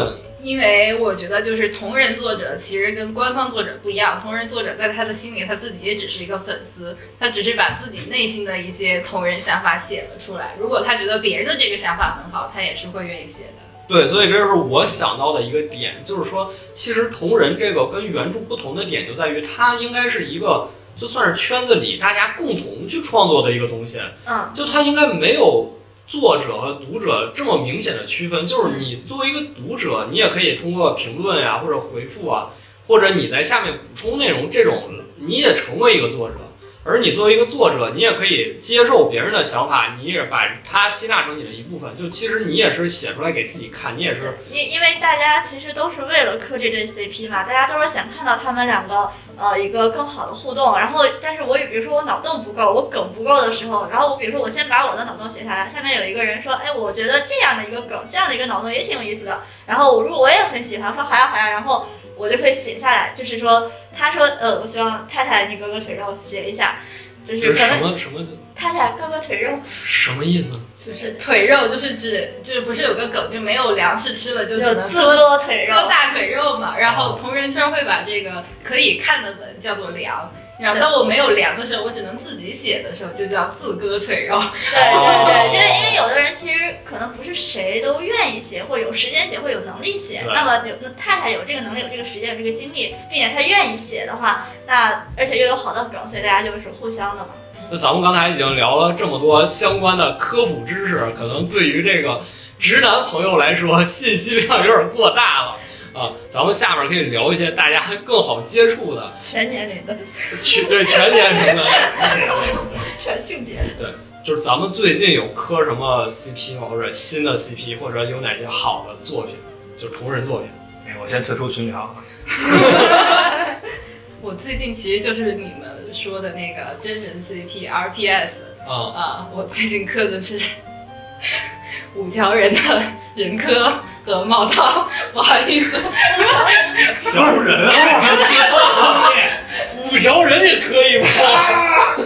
[SPEAKER 2] 因为我觉得，就是同人作者其实跟官方作者不一样，同人作者在他的心里，他自己也只是一个粉丝，他只是把自己内心的一些同人想法写了出来。如果他觉得别人的这个想法很好，他也是会愿意写的。
[SPEAKER 1] 对，所以这就是我想到的一个点，就是说，其实同人这个跟原著不同的点就在于，它应该是一个就算是圈子里大家共同去创作的一个东西，
[SPEAKER 3] 嗯，
[SPEAKER 1] 就它应该没有作者和读者这么明显的区分。就是你作为一个读者，你也可以通过评论呀、或者回复啊，或者你在下面补充内容，这种你也成为一个作者。而你作为一个作者，你也可以接受别人的想法，你也把它吸纳成你的一部分。就其实你也是写出来给自己看，你也是
[SPEAKER 3] 因因为大家其实都是为了磕这对 CP 嘛，大家都是想看到他们两个呃一个更好的互动。然后，但是我也比如说我脑洞不够，我梗不够的时候，然后我比如说我先把我的脑洞写下来，下面有一个人说，哎，我觉得这样的一个梗，这样的一个脑洞也挺有意思的。然后我如果我也很喜欢，说好呀好呀，然后我就会写下来，就是说他说呃，我希望太太你割割腿肉，写一下，就
[SPEAKER 1] 这是
[SPEAKER 3] 是可
[SPEAKER 1] 什
[SPEAKER 3] 能
[SPEAKER 1] 么什么
[SPEAKER 3] 太太割割腿肉
[SPEAKER 1] 什么意思？
[SPEAKER 2] 就是腿肉，就是指就是不是有个梗，就没有粮食吃了，就只
[SPEAKER 3] 就
[SPEAKER 2] 能
[SPEAKER 3] 自
[SPEAKER 2] 割
[SPEAKER 3] 割腿肉
[SPEAKER 2] 割。大腿肉嘛。然 *laughs* 后同人圈会把这个可以看的文叫做粮。然后当我没有粮的时候，我只能自己写的时候，就叫自割腿 *laughs* 肉。
[SPEAKER 3] *laughs* 对对对，就是因为有的人其实可能不是谁都愿意写，或有时间写，或有能力写。
[SPEAKER 1] 对
[SPEAKER 3] 那么有那太太有这个能力，有这个时间，有这个精力，并且她愿意写的话，那而且又有好的梗，所以大家就是互相的嘛。
[SPEAKER 1] 那咱们刚才已经聊了这么多相关的科普知识，可能对于这个直男朋友来说，信息量有点过大了。啊，咱们下面可以聊一些大家更好接触的
[SPEAKER 3] 全年龄的，
[SPEAKER 1] 全对全年龄的，
[SPEAKER 3] 全性别的。
[SPEAKER 1] 就是咱们最近有磕什么 CP 吗？或者新的 CP，或者有哪些好的作品，就是同人作品。
[SPEAKER 4] 哎，我先退出群 *laughs* 聊。
[SPEAKER 2] 我最近其实就是你们说的那个真人 CP RPS
[SPEAKER 1] 啊、
[SPEAKER 2] 啊、我最近磕的是 *laughs* 五条人的人科和猫刀，不好意思，
[SPEAKER 4] 小主人 *laughs* 啊，
[SPEAKER 1] 五条人也可以吧？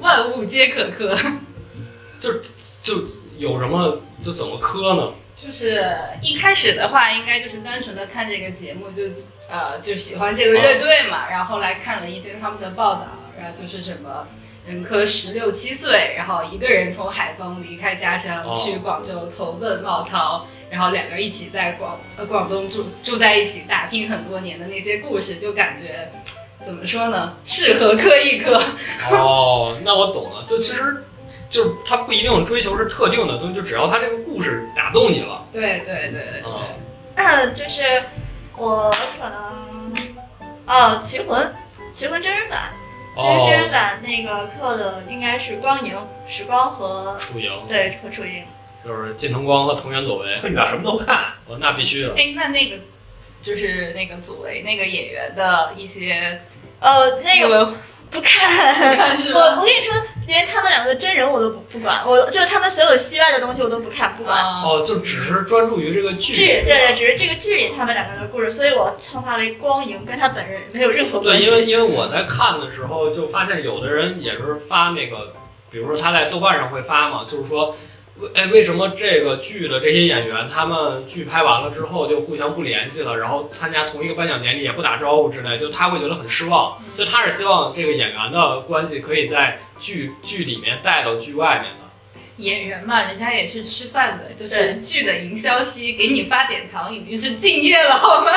[SPEAKER 2] 万物皆可磕。
[SPEAKER 1] *laughs* 就有什么就怎么磕呢？
[SPEAKER 2] 就是一开始的话，应该就是单纯的看这个节目就，呃就喜欢这个乐队嘛，然后后来看了一些他们的报道，然后就是什么任科十六七岁，然后一个人从海丰离开家乡
[SPEAKER 1] 哦
[SPEAKER 2] 去广州投奔茂涛，然后两个人一起在广呃广东住住在一起打拼很多年的那些故事，就感觉怎么说呢，适合磕一磕。
[SPEAKER 1] 哦，那我懂了。就其实，就是他不一定追求是特定的东西，就只要他这个故事打动你了，
[SPEAKER 2] 对对对对对，
[SPEAKER 1] 哦
[SPEAKER 3] 就是我可能，哦，棋魂，棋魂真人版，其实真人
[SPEAKER 1] 哦，
[SPEAKER 3] 版那个刻的应该是光影、时光和
[SPEAKER 1] 楚莹
[SPEAKER 3] 对和楚莹。
[SPEAKER 1] 哦就是近藤光和藤原佐为，
[SPEAKER 4] 你咋什么都看？
[SPEAKER 1] 哦，那必须的。
[SPEAKER 2] 哎，那那个就是那个组为那个演员的一些。
[SPEAKER 3] 呃，那
[SPEAKER 2] 那
[SPEAKER 3] 个
[SPEAKER 2] 个
[SPEAKER 3] 不看。
[SPEAKER 2] 看是
[SPEAKER 3] 我
[SPEAKER 2] 吧？
[SPEAKER 3] 我跟你说，连他们两个的真人我都不不管，我就是他们所有戏外的东西我都不看不管。
[SPEAKER 2] 啊，
[SPEAKER 1] 哦，就只是专注于这个剧。
[SPEAKER 3] 剧对对，只是这个剧里他们两个人的故事，所以我称他为光影，跟他本人没有任何关
[SPEAKER 1] 对，
[SPEAKER 3] 系。
[SPEAKER 1] 因为
[SPEAKER 3] *laughs*
[SPEAKER 1] 因为我在看的时候就发现，有的人也是发那个，比如说他在豆瓣上会发嘛，就是说，哎，为什么这个剧的这些演员，他们剧拍完了之后就互相不联系了，然后参加同一个颁奖典礼也不打招呼之类，就他会觉得很失望。就他是希望这个演员的关系可以在剧剧里面带到剧外面的。
[SPEAKER 2] 演员嘛，人家也是吃饭的，就是
[SPEAKER 3] 对
[SPEAKER 2] 剧的营销期，给你发点糖已经是敬业了，好吗？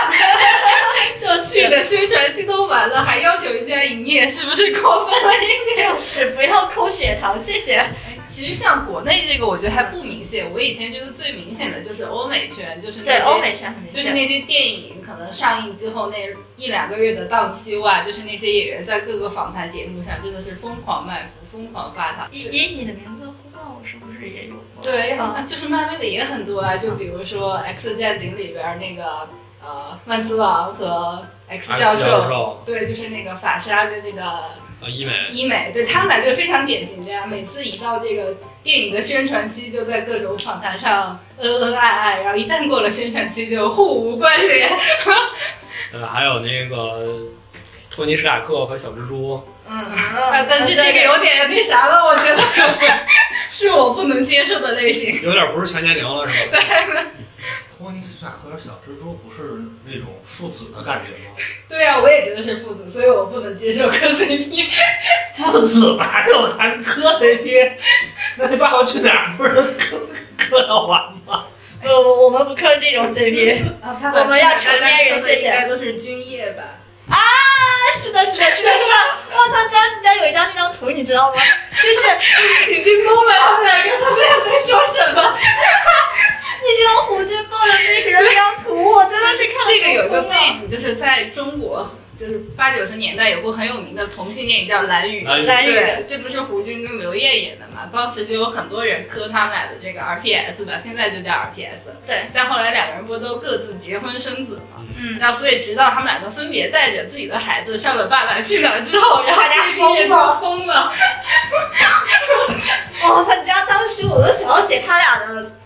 [SPEAKER 2] 就剧的宣传期都完了，还要求人家营业，是不是过分了？
[SPEAKER 3] 就是不要抠血糖，谢谢。
[SPEAKER 2] 其实像国内这个，我觉得还不明显。我以前觉得最明显的就是欧美圈，就是那
[SPEAKER 3] 对，
[SPEAKER 2] 些
[SPEAKER 3] 欧美圈很明
[SPEAKER 2] 就是
[SPEAKER 3] 显。
[SPEAKER 2] 那些电影可能上映之后那一两个月的档期外，就是那些演员在各个访谈节目上真的是疯狂卖腐、疯狂发糖。
[SPEAKER 3] 以以你的名字呼唤我，是不是也有过？
[SPEAKER 2] 对，*laughs*
[SPEAKER 3] 啊，
[SPEAKER 2] 就是漫威的也很多啊，就比如说《X 战警》里边儿那个呃万磁王和 X 教授，
[SPEAKER 1] 授，
[SPEAKER 2] 对，就是那个法鲨跟那个
[SPEAKER 1] 啊，医美
[SPEAKER 2] 医美，对他们俩就是非常典型的呀。每次一到这个电影的宣传期，就在各种访谈上恩恩爱爱，然后一旦过了宣传期，就互无关联。
[SPEAKER 1] 呃，还有那个托尼·史塔克和小蜘蛛，
[SPEAKER 3] 嗯，
[SPEAKER 2] *laughs* 啊，但这这个有点那啥了，我觉得 *laughs* 是我不能接受的类型。
[SPEAKER 1] 有点不是全年龄了是吧？
[SPEAKER 4] 托尼·斯塔克小蜘蛛不是那种父子的感觉吗？
[SPEAKER 2] 对啊，我也觉得是父子，所以我不能接受 *laughs* 磕 CP。
[SPEAKER 4] 父子哪有还磕 CP？那你爸爸去哪儿不是磕磕到完吗？
[SPEAKER 3] 不，我我们不磕这种
[SPEAKER 2] *laughs*
[SPEAKER 3] CP。
[SPEAKER 2] 啊，他
[SPEAKER 3] 我们要成年人谢谢
[SPEAKER 2] 应该都是军业吧？
[SPEAKER 3] 啊是的，是的，是的，是
[SPEAKER 2] *laughs*
[SPEAKER 3] 的。我操，张你家有一张那张图，你知道吗？就是
[SPEAKER 2] 已经懵了，他们两个，他们俩在说什 *laughs* 么？
[SPEAKER 3] 你这个胡金豹的那时的那张图，我真的是看
[SPEAKER 2] 这个有一个背
[SPEAKER 3] 妹，
[SPEAKER 2] 景，就是在中国，就是八九十年代有部很有名的同性电影叫《蓝雨》，
[SPEAKER 1] 蓝雨
[SPEAKER 3] 蓝雨
[SPEAKER 2] 对，这不是胡军跟刘烨演的嘛？当时就有很多人磕他们俩的这个 RPS 吧，现在就叫 RPS。
[SPEAKER 3] 对，
[SPEAKER 2] 但后来两个人不都各自结婚生子嘛？
[SPEAKER 3] 嗯
[SPEAKER 2] 那所以直到他们两个分别带着自己的孩子上了《爸爸去哪儿》之后，然后
[SPEAKER 3] 大家
[SPEAKER 2] 这批人就疯
[SPEAKER 3] 疯了
[SPEAKER 2] 了。
[SPEAKER 3] 我操！你知道当时我都想要写他俩的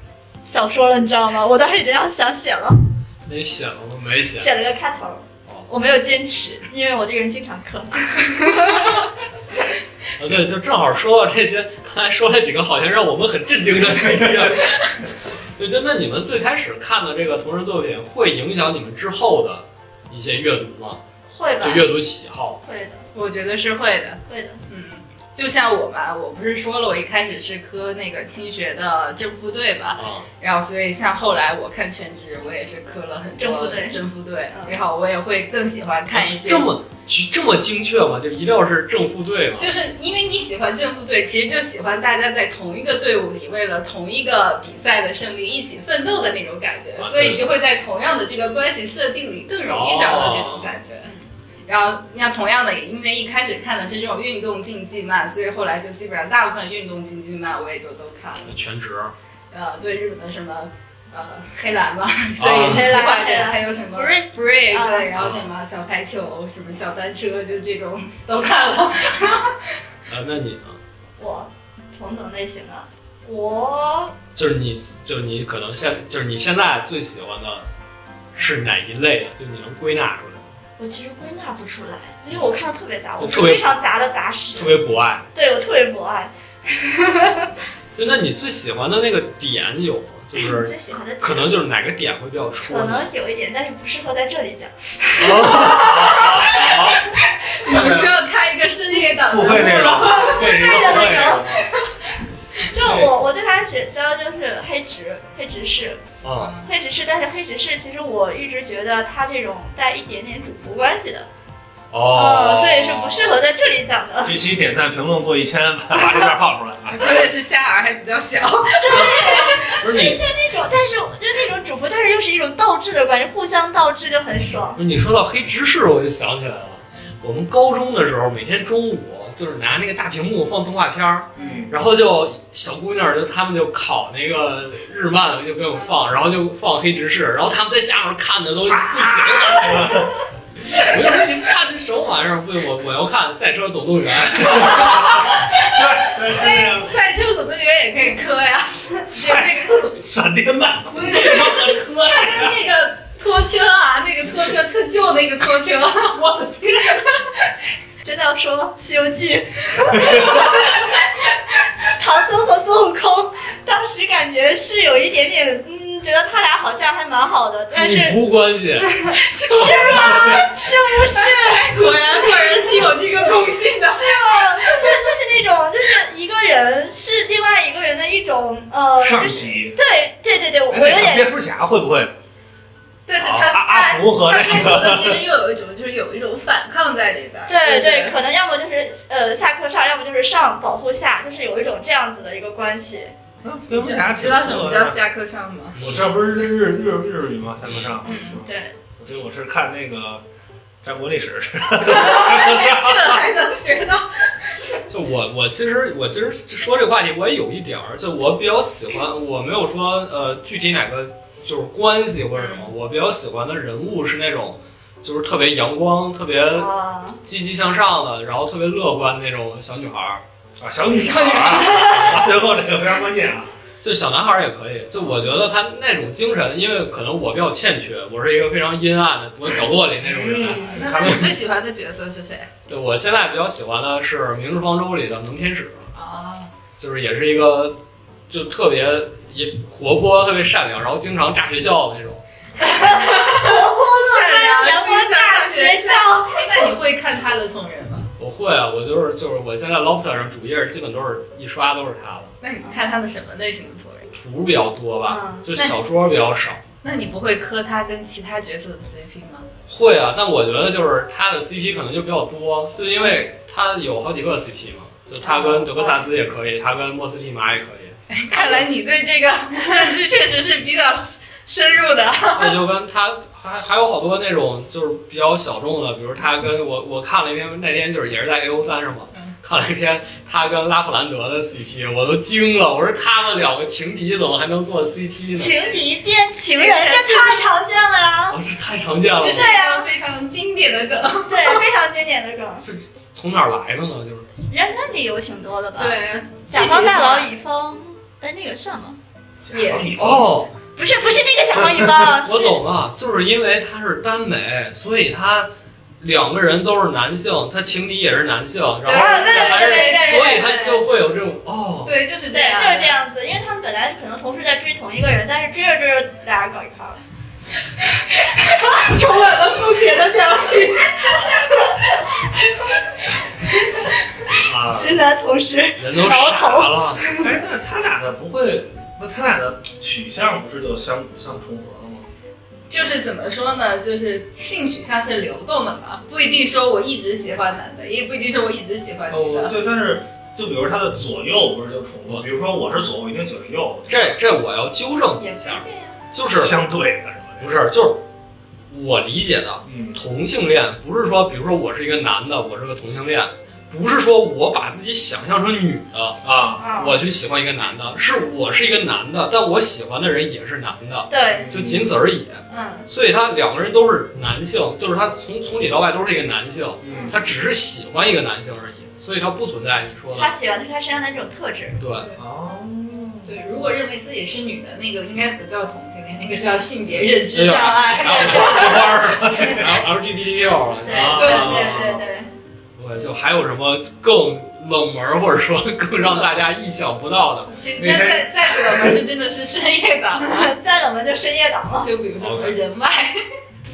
[SPEAKER 3] 小说了，你知道吗？我当时已经要想写了，
[SPEAKER 1] 那你写了吗？没写。
[SPEAKER 3] 写了个开头
[SPEAKER 1] 哦，
[SPEAKER 3] 我没有坚持，因为我这个人经常磕。
[SPEAKER 1] 啊，对，就正好说到这些，刚才说了几个好像让我们很震惊的 CP 啊。 *laughs* 对，就那你们最开始看的这个同人作品，会影响你们之后的一些阅读吗？
[SPEAKER 3] 会吧
[SPEAKER 1] 就？阅读喜好。
[SPEAKER 3] 会的，
[SPEAKER 2] 我觉得是会的，
[SPEAKER 3] 会的。
[SPEAKER 2] 嗯，就像我吧，我不是说了，我一开始是磕那个清学的正副队吧，
[SPEAKER 1] 啊，
[SPEAKER 2] 然后所以像后来我看全职，我也是磕了很多
[SPEAKER 3] 正副队
[SPEAKER 2] 正副队，
[SPEAKER 3] 嗯
[SPEAKER 2] 然后我也会更喜欢看一些
[SPEAKER 1] 啊哎这么这么精确吗？就一定要是正负对吗？
[SPEAKER 2] 就是因为你喜欢正副队，其实就喜欢大家在同一个队伍里，为了同一个比赛的胜利一起奋斗的那种感觉，
[SPEAKER 1] 啊
[SPEAKER 2] 所以你就会在同样的这个关系设定里更容易找到这种感觉。然后，你看，同样的，也因为一开始看的是这种运动竞技漫，所以后来就基本上大部分运动竞技漫我也就都看了。
[SPEAKER 1] 全职。啊
[SPEAKER 2] 呃，对日本的什么呃黑蓝吧，所以是
[SPEAKER 3] 黑蓝
[SPEAKER 2] 喜欢这
[SPEAKER 3] 黑
[SPEAKER 2] 个，
[SPEAKER 3] 蓝
[SPEAKER 2] 还有什么
[SPEAKER 3] Free
[SPEAKER 2] free
[SPEAKER 3] 啊
[SPEAKER 2] 对，然后什么小排球、什么小单车，就这种都看了。
[SPEAKER 1] 啊，那你呢？
[SPEAKER 3] 我同等类型的，我
[SPEAKER 1] 就是你，就是你可能现就是你现在最喜欢的是哪一类的？就你能归纳出来，
[SPEAKER 3] 我其实归纳不出来，因为我看的特别杂，我是
[SPEAKER 1] 特别
[SPEAKER 3] 非常杂的杂食
[SPEAKER 1] 特。别博爱。
[SPEAKER 3] 对我特别博爱。
[SPEAKER 1] 就那你最喜欢的那个点有吗？
[SPEAKER 2] *laughs*
[SPEAKER 1] 就是
[SPEAKER 3] 最喜欢的
[SPEAKER 1] 可能就是哪个点会比较戳
[SPEAKER 3] 可
[SPEAKER 1] 你？
[SPEAKER 3] 能有一点，但是不适合在这里讲。
[SPEAKER 1] 哦好好
[SPEAKER 2] *laughs* 我们需
[SPEAKER 4] *laughs*
[SPEAKER 2] 要开一个世界档
[SPEAKER 4] 付费内容，
[SPEAKER 3] *laughs*
[SPEAKER 1] 对，这个
[SPEAKER 3] 的
[SPEAKER 1] 会
[SPEAKER 3] 那 *laughs* 就
[SPEAKER 1] 对
[SPEAKER 3] 我我最开始教就是黑执黑执事
[SPEAKER 1] 啊，
[SPEAKER 3] 黑执事，但是黑执事其实我一直觉得他这种带一点点主仆关系的，呃
[SPEAKER 1] 哦，
[SPEAKER 3] 所以是不适合在这里讲的。
[SPEAKER 4] 这期点赞评论过一千，把这段放出来啊！
[SPEAKER 2] 关键是下饵还比较小，
[SPEAKER 1] 不是
[SPEAKER 3] 是
[SPEAKER 1] 你，
[SPEAKER 3] 就那种，但是就那种主仆，但是又是一种倒置的关系，互相倒置就很爽。
[SPEAKER 1] 不是你说到黑执事，我就想起来了。我们高中的时候，每天中午就是拿那个大屏幕放动画片儿，
[SPEAKER 4] 嗯，
[SPEAKER 1] 然后就小姑娘就他们就烤那个日漫，就给我们放，然后就放黑执事，然后他们在下面看的都不行了。
[SPEAKER 3] *laughs*
[SPEAKER 1] 我就说你们看这什么玩意儿？不行，我我要看《赛车总动员》。
[SPEAKER 4] 对，是这样。
[SPEAKER 2] 赛车总动员也可以磕呀，也可以磕
[SPEAKER 4] 闪电板盔什么可磕呀？
[SPEAKER 2] 跟哎那个拖车啊，那个拖车特旧那个拖车，
[SPEAKER 4] 我的天！
[SPEAKER 3] 真的要说吗？《西游记》， *laughs* 唐僧和孙悟空，当时感觉是有一点点，嗯，觉得他俩好像还蛮好的，但
[SPEAKER 1] 主啊
[SPEAKER 3] 是
[SPEAKER 1] 仆关系，
[SPEAKER 3] 是 *laughs* 吗？是不是？
[SPEAKER 2] 果然果然是有这个共性的。
[SPEAKER 3] 是吗？啊就是就是那种，就是一个人是另外一个人的一种，呃，
[SPEAKER 4] 上
[SPEAKER 3] 就是
[SPEAKER 4] 级，
[SPEAKER 3] 对对对对，我
[SPEAKER 4] 哎
[SPEAKER 3] 有
[SPEAKER 4] 那个
[SPEAKER 3] 点
[SPEAKER 4] 蝙蝠侠会不会
[SPEAKER 2] 但是
[SPEAKER 4] 啊
[SPEAKER 2] 他
[SPEAKER 4] 阿阿福和
[SPEAKER 2] 他
[SPEAKER 4] 那
[SPEAKER 2] 追求的其
[SPEAKER 4] 个？
[SPEAKER 2] 实又有一种，就是有一种反抗在里边儿。
[SPEAKER 3] 对
[SPEAKER 2] 对
[SPEAKER 3] 对，，可能要么就是呃下课上，要么就是上保护下，就是有一种这样子的一个关系。
[SPEAKER 4] 啊蝙蝠侠
[SPEAKER 2] 知道什么叫
[SPEAKER 4] 挺
[SPEAKER 2] 下课上吗？
[SPEAKER 4] 我这不是日日日语吗？三个上，
[SPEAKER 3] 嗯，对，
[SPEAKER 4] 我这我是看那个战国历史，三个上
[SPEAKER 2] 这还能学到？
[SPEAKER 1] 就我我其实我其实说这个话题我也有一点儿，就我比较喜欢，我没有说呃具体哪个就是关系或者什么，我比较喜欢的人物是那种就是特别阳光、特别
[SPEAKER 3] 啊，
[SPEAKER 1] 积极向上的，然后特别乐观的那种小女孩儿。
[SPEAKER 4] 啊，小女孩儿啊，最后这个非常关键啊，
[SPEAKER 1] 就小男孩儿也可以，就我觉得他那种精神，因为可能我比较欠缺，我是一个非常阴暗的躲角落里那种人。
[SPEAKER 4] 嗯
[SPEAKER 2] 那那你最喜欢的角色是谁
[SPEAKER 1] 对我现在比较喜欢的是《明日方舟》里的能天使，
[SPEAKER 3] 哦
[SPEAKER 2] 啊？
[SPEAKER 1] 就是也是一个就特别也活泼、特别善良，然后经常炸学校的那种。
[SPEAKER 3] 善
[SPEAKER 2] 阳光大学校
[SPEAKER 3] 校，
[SPEAKER 2] 哎那你会看他的同人吗？
[SPEAKER 1] 我会啊，我就是就是我现在 Loft 上主页基本都是一刷都是他的，
[SPEAKER 2] 那你看他的什么类型的同人？
[SPEAKER 1] 图比较多吧，
[SPEAKER 3] 嗯，
[SPEAKER 1] 就小说比较少。
[SPEAKER 2] 那你不会磕他跟其他角色的 CP 吗？
[SPEAKER 1] 会啊，但我觉得就是他的 CP 可能就比较多，就因为他有好几个 CP 嘛，就他跟德克萨斯也可以，他跟莫斯蒂玛也可以，
[SPEAKER 2] *laughs* 看来你对这个 *laughs* 认知确实是比较深入的。
[SPEAKER 1] *laughs* 那就跟他还还有好多那种就是比较小众的，比如他跟我我看了一篇，那天就是也是在 A O 三上嘛
[SPEAKER 2] 嗯，
[SPEAKER 1] 看了一篇他跟拉普兰德的 CP，我都惊了，我说他们两个情敌怎么还能做 CP 呢？
[SPEAKER 3] 情敌变情人，这太常见了啊！
[SPEAKER 1] 啊，这太常见了
[SPEAKER 2] 这，是
[SPEAKER 3] 对呀
[SPEAKER 2] 一个非常经典的梗。
[SPEAKER 3] 对，非常经典的梗，
[SPEAKER 1] 从哪儿来的呢？就是
[SPEAKER 3] 人那里有挺多的吧？，
[SPEAKER 2] 对，
[SPEAKER 3] 甲方大佬乙方，哎，那个算吗？
[SPEAKER 2] 也
[SPEAKER 4] 是
[SPEAKER 1] 哦，
[SPEAKER 3] 不是，不是那个甲方乙
[SPEAKER 1] *laughs*
[SPEAKER 3] 方，
[SPEAKER 1] 我
[SPEAKER 3] 是
[SPEAKER 1] 懂了，就是因为他是耽美，所以他两个人都是男性，他情敌也是男性，然后
[SPEAKER 2] 啊对对
[SPEAKER 1] 还是
[SPEAKER 2] 对对对
[SPEAKER 1] 所以他就会有这种哦，
[SPEAKER 2] 对，就是这
[SPEAKER 3] 对，
[SPEAKER 2] 样，
[SPEAKER 3] 啊就是这。样子，因为他们本来可能同时在追同一个人，但是追着追着，俩人搞一块儿 *laughs* 了。
[SPEAKER 2] 充满了不解的表情。
[SPEAKER 4] 啊，
[SPEAKER 3] 直男同时，
[SPEAKER 1] 人都傻 *laughs* 了。
[SPEAKER 4] 哎，那他俩的不会，那他俩的取向不是就相相重合了吗？
[SPEAKER 2] 就是怎么说呢？就是性取向是流动的嘛，不一定说我一直喜欢男的，也不一定说我一直喜欢女
[SPEAKER 4] 哦，
[SPEAKER 2] 的。
[SPEAKER 4] 对，但是就比如他的左右不是就重合？比如说我是左，我一定喜欢右，
[SPEAKER 1] 这这我要纠正你
[SPEAKER 3] 也
[SPEAKER 1] 一
[SPEAKER 3] 不是
[SPEAKER 1] 下，
[SPEAKER 3] 这样。
[SPEAKER 1] 就是
[SPEAKER 4] 相对的是吧？
[SPEAKER 1] 不是就是我理解的
[SPEAKER 4] 嗯，
[SPEAKER 1] 同性恋，不是说比如说我是一个男的，我是个同性恋，不是说我把自己想象成女的，
[SPEAKER 4] 啊，
[SPEAKER 1] 我去喜欢一个男的，是我是一个男的，但我喜欢的人也是男的，
[SPEAKER 3] 对，
[SPEAKER 1] 就仅此而已。
[SPEAKER 3] 嗯，
[SPEAKER 1] 所以他两个人都是男性，就是他从从里到外都是一个男性，
[SPEAKER 4] 嗯，
[SPEAKER 1] 他只是喜欢一个男性而已，所以他不存在你说
[SPEAKER 3] 他
[SPEAKER 1] 的
[SPEAKER 3] 喜欢的是他身上的那种特质。
[SPEAKER 1] 对。 *laughs*
[SPEAKER 4] 哦，
[SPEAKER 2] 对，如果认为自己是女的，那个应该不叫同性恋，那个叫性别认知
[SPEAKER 1] 哎呦
[SPEAKER 2] 障碍。
[SPEAKER 1] 然后这花儿， *laughs* 啊然后 LGBTQ 了，
[SPEAKER 3] 对
[SPEAKER 4] 啊
[SPEAKER 3] 对对对对，
[SPEAKER 1] 我就还有什么更冷门或者说 *laughs* 更让大家意想不到的？
[SPEAKER 2] 这那再再怎么玩，这真的是深夜党了。
[SPEAKER 3] *laughs* 再冷门就深夜党了。
[SPEAKER 2] 就比如说什么人脉。 *laughs*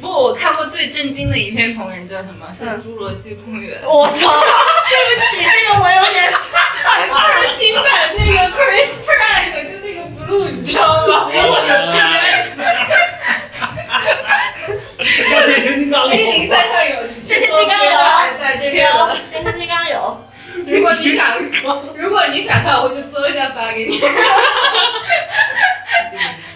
[SPEAKER 2] 不过我看过最震惊的一篇同人叫什么？是《侏罗纪公园》
[SPEAKER 3] 我操！对不起，这个我有 *laughs* 点
[SPEAKER 2] 二新版那个 Chris Pratt 跟那个 Blue，你知道吗？
[SPEAKER 3] 哎
[SPEAKER 1] 我的天！
[SPEAKER 4] 变形金哎刚
[SPEAKER 2] 黑零三上有，
[SPEAKER 3] 这些金刚有啊
[SPEAKER 2] 还在这边了。
[SPEAKER 3] 有，变形金刚有，
[SPEAKER 2] 如果你想， *laughs* 如果你想看，我就搜一下发给你。 *laughs*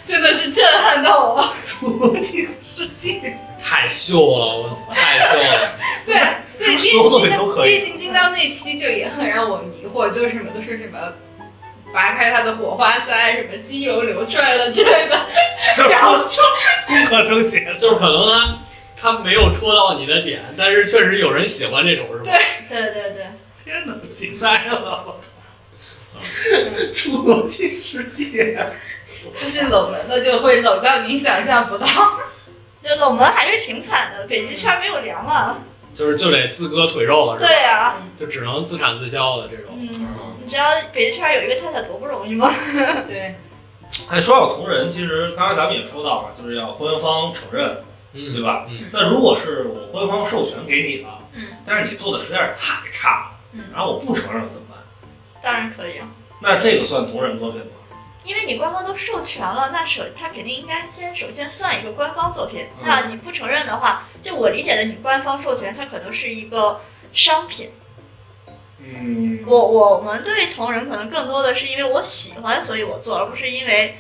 [SPEAKER 2] 真的是震撼到我。
[SPEAKER 4] 出进世界，
[SPEAKER 1] 太秀了，我太秀了！
[SPEAKER 2] 对啊
[SPEAKER 4] *laughs*
[SPEAKER 2] 对，
[SPEAKER 4] 什么东西都可以
[SPEAKER 2] 变形金刚那批就也很让我迷惑，就是什么都是什么。拔开它的火花塞，什么机油流出来了之类的，
[SPEAKER 4] *laughs* 然后就工科生写的，
[SPEAKER 1] 就是可能他他没有戳到你的点，但是确实有人喜欢这种，是吧？
[SPEAKER 3] *laughs* 对对对，
[SPEAKER 4] 天哪，惊呆了我靠！出罗纪世界，
[SPEAKER 2] 就是冷门的就会冷到你想象
[SPEAKER 3] *laughs*
[SPEAKER 2] 不到。
[SPEAKER 3] 这冷门还是挺惨的，北极圈没有凉啊。
[SPEAKER 1] 就是就得自割腿肉了，是吧？
[SPEAKER 3] 对啊，
[SPEAKER 1] 就只能自产自销了这种。
[SPEAKER 3] 嗯，你知道北极圈有一个太太多不容易吗？
[SPEAKER 2] 对，
[SPEAKER 4] 哎，说到同人，其实刚才咱们也说到了，就是要官方承认，
[SPEAKER 1] 嗯，
[SPEAKER 4] 对吧？
[SPEAKER 1] 嗯
[SPEAKER 4] 那如果是我官方授权给你了，
[SPEAKER 3] 嗯
[SPEAKER 4] 但是你做的实在是太差了，
[SPEAKER 3] 嗯
[SPEAKER 4] 然后我不承认怎么办？
[SPEAKER 3] 当然可以啊，
[SPEAKER 4] 那这个算同人作品吗？
[SPEAKER 3] 因为你官方都授权了，那首他肯定应该先首先算一个官方作品。那你不承认的话，就我理解的，你官方授权它可能是一个商品。
[SPEAKER 4] 嗯，
[SPEAKER 3] 我我们对同人可能更多的是因为我喜欢，所以我做，而不是因为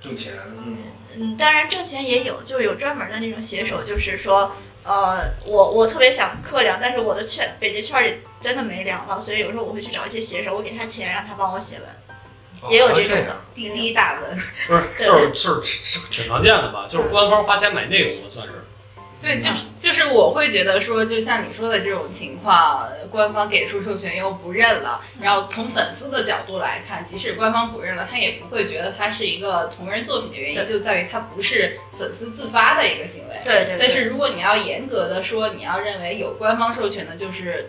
[SPEAKER 4] 挣钱，嗯，
[SPEAKER 3] 嗯，当然挣钱也有，就是有专门的那种写手，就是说，呃，我我特别想克凉，但是我的圈北极圈里真的没凉了，所以有时候我会去找一些写手，我给他钱让他帮我写文，
[SPEAKER 4] 哦
[SPEAKER 3] 也有这种的。
[SPEAKER 2] 滴滴打文。
[SPEAKER 1] 不是，就是就是挺常见的吧？就是官方花钱买内容了，算是。
[SPEAKER 2] 对，就是就是是我会觉得说，就像你说的这种情况，官方给出授权又不认了，然后从粉丝的角度来看，即使官方不认了，他也不会觉得它是一个同人作品的原因，
[SPEAKER 3] 对
[SPEAKER 2] 就在于它不是粉丝自发的一个行为。
[SPEAKER 3] 对对对，
[SPEAKER 2] 但是如果你要严格的说，你要认为有官方授权的就是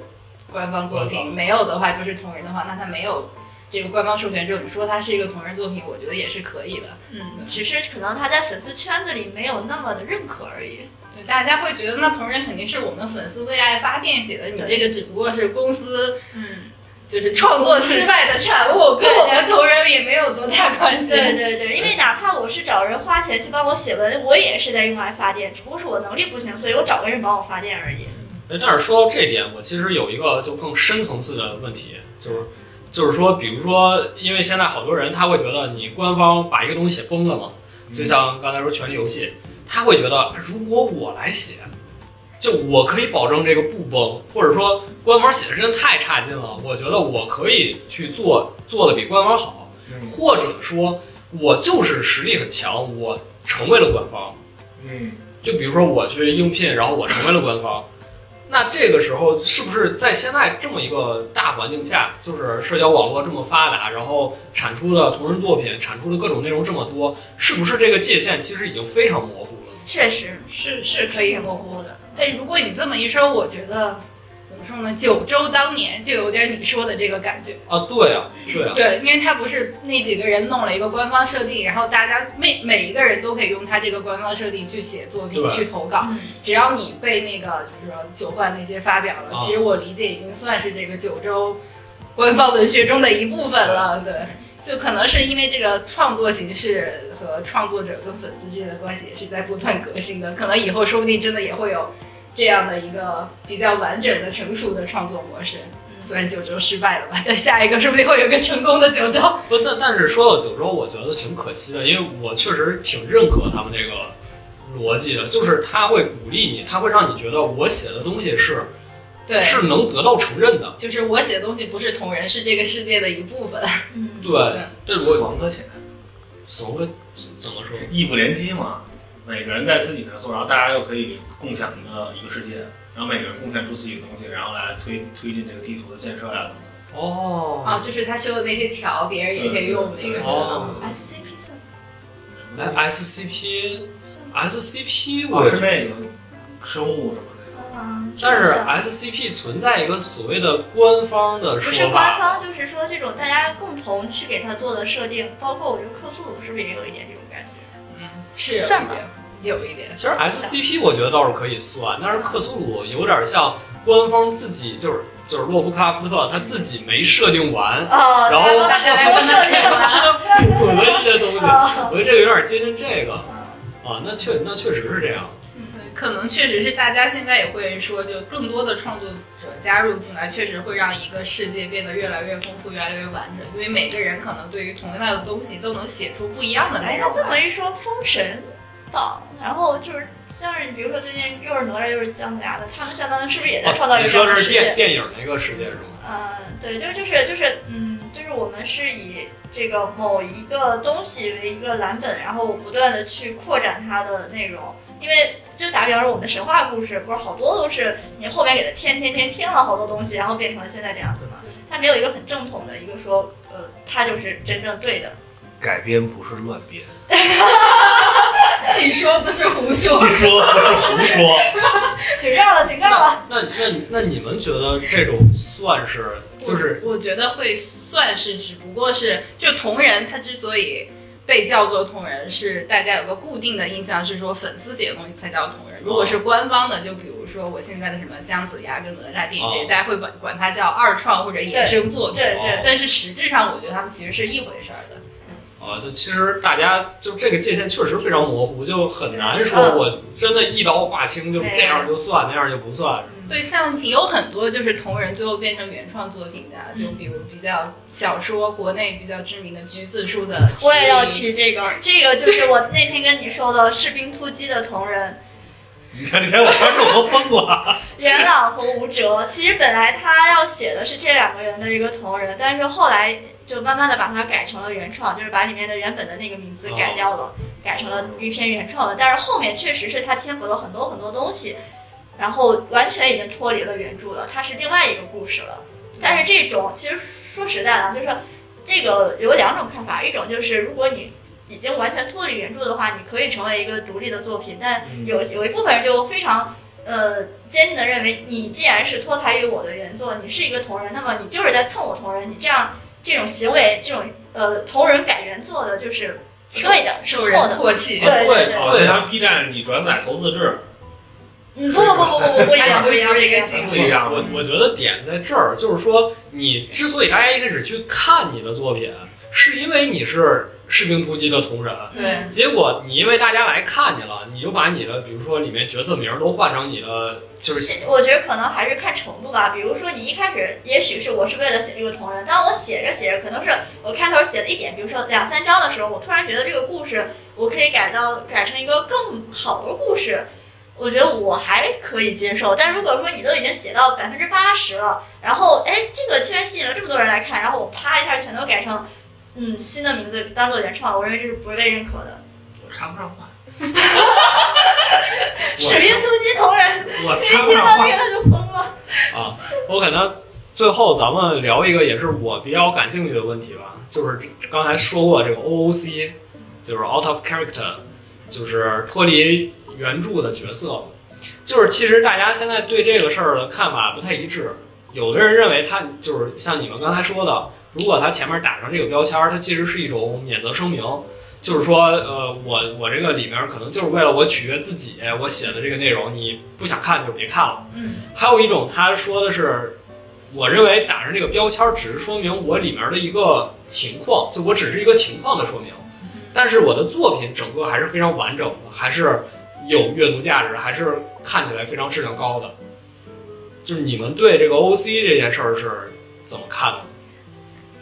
[SPEAKER 2] 官方作
[SPEAKER 4] 官
[SPEAKER 2] 品，没有的话就是同人的话，那它没有这个官方授权之后，你说它是一个同人作品，我觉得也是可以的。
[SPEAKER 3] 嗯，只是可能他在粉丝圈子里没有那么的认可而已。
[SPEAKER 2] 对，大家会觉得那同人肯定是我们粉丝为爱发电写的，你
[SPEAKER 3] 对
[SPEAKER 2] 这个只不过是公司
[SPEAKER 3] 嗯，
[SPEAKER 2] 就是创作失败的产物，跟我们同人也没有多大关系。
[SPEAKER 3] 对对对，因为哪怕我是找人花钱去帮我写文，我也是在用来发电，只不过是我能力不行，所以我找个人帮我发电而已。
[SPEAKER 1] 哎，但是说到这点，我其实有一个就更深层次的问题，就是就是说，比如说，因为现在好多人他会觉得你官方把一个东西写崩了嘛，
[SPEAKER 4] 嗯
[SPEAKER 1] 就像刚才说《权力游戏》，他会觉得哎如果我来写，就我可以保证这个不崩，或者说官方写的真的太差劲了，我觉得我可以去做做的比官方好，
[SPEAKER 4] 嗯
[SPEAKER 1] 或者说我就是实力很强，我成为了官方。
[SPEAKER 4] 嗯，
[SPEAKER 1] 就比如说我去应聘，然后我成为了官方，那这个时候是不是在现在这么一个大环境下，就是社交网络这么发达，然后产出的同人作品、产出的各种内容这么多，是不是这个界限其实已经非常模糊了？
[SPEAKER 3] 确实，
[SPEAKER 2] 是是可以模糊的。但如果你这么一说，我觉得怎么说呢？九州当年就有点你说的这个感觉。
[SPEAKER 1] 啊，对啊，对啊，
[SPEAKER 2] 对，因为他不是那几个人弄了一个官方设定，然后大家每每一个人都可以用他这个官方设定去写作品、
[SPEAKER 1] 对
[SPEAKER 2] 去投稿。
[SPEAKER 3] 嗯，
[SPEAKER 2] 只要你被那个就是说九幻那些发表了，
[SPEAKER 1] 啊
[SPEAKER 2] 其实我理解已经算是这个九州官方文学中的一部分了。对，就可能是因为这个创作形式和创作者跟粉丝之间的关系也是在不断革新的，可能以后说不定真的也会有这样的一个比较完整的、成熟的创作模式。
[SPEAKER 3] 嗯
[SPEAKER 2] 虽然九州失败了吧，但 *laughs* 下一个说不定会有一个成功的九州。
[SPEAKER 1] 不，但但是说到九州，我觉得挺可惜的，因为我确实挺认可他们这个逻辑的，就是他会鼓励你，他会让你觉得我写的东西是
[SPEAKER 2] 对，
[SPEAKER 1] 是能得到承认的。
[SPEAKER 2] 就是我写的东西不是同人，是这个世界的一部分。
[SPEAKER 3] 嗯，
[SPEAKER 1] 对，这
[SPEAKER 4] 死
[SPEAKER 1] 我
[SPEAKER 4] 亡搁浅，
[SPEAKER 1] 死亡跟怎么说？
[SPEAKER 4] 异不联机嘛，每个人在自己那儿做，然后大家又可以共享一个一个世界，然后每个人贡献出自己的东西，然后来推推进这个地图的建设呀、
[SPEAKER 1] 哦
[SPEAKER 2] 啊，就是他修的那些桥，别人也可以用那个。
[SPEAKER 1] 哦
[SPEAKER 3] ，S C P 算
[SPEAKER 1] 哎，SCP
[SPEAKER 3] 算哦
[SPEAKER 1] SCP
[SPEAKER 4] 我
[SPEAKER 1] 我
[SPEAKER 4] 是
[SPEAKER 1] 是，
[SPEAKER 4] 那个生物什么的。
[SPEAKER 3] 嗯，
[SPEAKER 1] 啊但是
[SPEAKER 3] 算
[SPEAKER 1] SCP 存在一个所谓的官方的
[SPEAKER 3] 不是
[SPEAKER 1] 说
[SPEAKER 3] 官
[SPEAKER 1] 法，
[SPEAKER 3] 方，就是说这种大家共同去给他做的设定，包括我觉得克苏鲁是不是也有一点这种感觉？
[SPEAKER 1] *laughs*
[SPEAKER 2] 是有一
[SPEAKER 3] 算吧
[SPEAKER 2] 点，有一点。
[SPEAKER 1] 其实 SCP 我觉得倒是可以算，但是克苏鲁有点像官方自己就是就是洛夫克拉夫特他自己没设定完， *laughs*
[SPEAKER 3] 哦，
[SPEAKER 1] 然后
[SPEAKER 3] 大家
[SPEAKER 2] *laughs*
[SPEAKER 3] 都设定了。
[SPEAKER 1] 滚了一些东西，
[SPEAKER 3] 哦
[SPEAKER 1] 我觉得这个有点接近这个啊，那确那确实是这样，
[SPEAKER 2] 对，可能确实是大家现在也会说，就更多的创作者加入进来，确实会让一个世界变得越来越丰富、越来越完整，因为每个人可能对于同样的东西都能写出不一样的
[SPEAKER 3] 哎
[SPEAKER 2] 内，容
[SPEAKER 3] 那
[SPEAKER 2] 来。
[SPEAKER 3] 这么一说，封神到，然后就是像是比如说最近又是哪吒又是姜子牙的，他们相当于是不是也在创造
[SPEAKER 1] 哦
[SPEAKER 3] 一
[SPEAKER 1] 你
[SPEAKER 3] 个这
[SPEAKER 1] 说
[SPEAKER 3] 样
[SPEAKER 1] 这
[SPEAKER 3] 的
[SPEAKER 1] 是
[SPEAKER 3] 世
[SPEAKER 1] 电
[SPEAKER 3] 界？
[SPEAKER 1] 电影那个世界是吗？
[SPEAKER 3] 嗯，对，就就是就是嗯，就是我们是以这个某一个东西为一个蓝本，然后不断的去扩展它的内容，因为。就打比方说，我们的神话故事不是好多都是你后面给它添添添添了好多东西，然后变成了现在这样子嘛？它没有一个很正统的一个说，呃，它就是真正对的。 *laughs*
[SPEAKER 4] 改编不是乱编，
[SPEAKER 2] 戏说不是胡
[SPEAKER 4] 戏
[SPEAKER 2] 说
[SPEAKER 4] 说。不是胡说。
[SPEAKER 3] 警告了，警告了。
[SPEAKER 1] 那那那你们觉得这种算是就是
[SPEAKER 2] 我我觉得会算是，只不过是就同人，他之所以被叫做同人，是大家有个固定的印象是说粉丝写的东西才叫同
[SPEAKER 1] 啊
[SPEAKER 2] 人。如果是官方的，就比如说我现在的什么姜子牙跟哪吒电影这些，
[SPEAKER 1] 哦
[SPEAKER 2] 大家会管管它叫二创或者衍生作品。
[SPEAKER 3] 对
[SPEAKER 1] 哦
[SPEAKER 3] 对，
[SPEAKER 2] 但是实质上，我觉得他们其实是一回事儿的。
[SPEAKER 1] 啊，就其实大家就这个界限确实非常模糊，就很难说我真的一刀划清，就是这样就算，那样就不算。
[SPEAKER 2] 对，像有很多就是同人最后变成原创作品的，
[SPEAKER 1] 嗯
[SPEAKER 2] 就比如比较小说国内比较知名的橘子树的，
[SPEAKER 3] 我也要。提这个，这个就是我那天跟你说的士兵突击的同人
[SPEAKER 4] 你看这天我观众都疯了。
[SPEAKER 3] 元朗和吴哲。其实本来他要写的是这两个人的一个同人，但是后来就慢慢的把它改成了原创，就是把里面的原本的那个名字改掉了，改成了一篇原创的。但是后面确实是他添补了很多很多东西。然后完全已经脱离了原著了，它是另外一个故事了。但是这种其实说实在的，啊就是这个有两种看法，一种就是如果你已经完全脱离原著的话，你可以成为一个独立的作品，但
[SPEAKER 4] 嗯
[SPEAKER 3] 有有一部分人就非常呃坚定的认为，你既然是脱胎于我的原作，你是一个同人，那么你就是在蹭我同人，你这样这种行为，这种呃同人改原作的，就是不对的，是
[SPEAKER 2] 受
[SPEAKER 3] 错
[SPEAKER 2] 人
[SPEAKER 3] 的。
[SPEAKER 2] 唾弃。
[SPEAKER 1] 啊
[SPEAKER 3] 对对对，
[SPEAKER 4] 哦，就像 B 站你转载投资制
[SPEAKER 3] 嗯，不不不不不不
[SPEAKER 2] *laughs*
[SPEAKER 3] 一
[SPEAKER 2] 哎
[SPEAKER 3] 样，不一样，
[SPEAKER 2] 还有一个性
[SPEAKER 4] 不一样
[SPEAKER 1] 啊我我觉得点在这儿，就是说，你之所以大家一开始去看你的作品，是因为你是士兵突击的同人，
[SPEAKER 2] 对
[SPEAKER 1] 结果你因为大家来看你了，你就把你的，比如说里面角色名儿都换成你的，就是
[SPEAKER 3] 我觉得可能还是看程度吧。比如说，你一开始也许是我是为了写这个同人，当我写着写着，可能是我开头写了一点，比如说两三章的时候，我突然觉得这个故事我可以改到改成一个更好的故事，我觉得我还可以接受。但如果说你都已经写到百分之八十了，然后哎，这个居然吸引了这么多人来看，然后我啪一下全都改成嗯新的名字当做原创，我认为这是不被认可的。
[SPEAKER 4] 我插不上话，
[SPEAKER 3] 水月突击同人，
[SPEAKER 4] 我
[SPEAKER 3] 谁
[SPEAKER 4] 插不
[SPEAKER 3] 听
[SPEAKER 4] 上
[SPEAKER 3] 到
[SPEAKER 4] 话
[SPEAKER 3] 这。个他就疯了。
[SPEAKER 1] 啊，OK，那最后咱们聊一个也是我比较感兴趣的问题吧，就是刚才说过这个 OOC，就是 out of character，就是脱离原著的角色，就是其实大家现在对这个事儿的看法不太一致，有的人认为它就是像你们刚才说的，如果它前面打上这个标签儿，它其实是一种免责声明。就是说，呃，我我这个里面可能就是为了我取悦自己，我写的这个内容，你不想看就别看了。
[SPEAKER 3] 嗯
[SPEAKER 1] 还有一种，他说的是，我认为打上这个标签儿只是说明我里面的一个情况，就我只是一个情况的说明，但是我的作品整个还是非常完整的，还是有阅读价值，还是看起来非常质量高的。就是你们对这个 OC 这件事儿是怎么看的？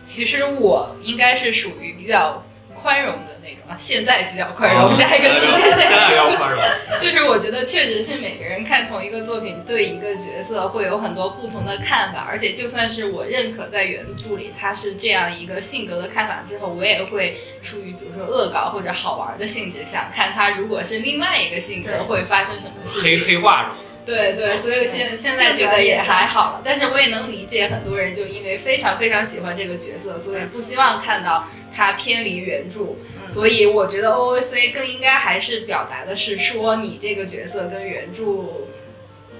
[SPEAKER 2] 其实我应该是属于比较宽容的那种，啊现在比较宽
[SPEAKER 4] 哦
[SPEAKER 2] 容，加一个时间
[SPEAKER 1] 现在
[SPEAKER 2] 线。
[SPEAKER 1] 要宽容，
[SPEAKER 2] *laughs* 就是我觉得确实是每个人看同一个作品，对一个角色会有很多不同的看法，而且就算是我认可在原著里他是这样一个性格的看法之后，我也会出于比如说恶搞或者好玩的性质，想看他如果是另外一个性格
[SPEAKER 3] 对
[SPEAKER 2] 会发生什么事
[SPEAKER 1] 黑
[SPEAKER 2] 情。
[SPEAKER 1] 黑化什么的。
[SPEAKER 2] 对对，所以现哎现在觉得也还好了，但是我也能理解很多人就因为非常非常喜欢这个角色，所以不希望看到他偏离原著。所以我觉得 O A C 更应该还是表达的是说你这个角色跟原著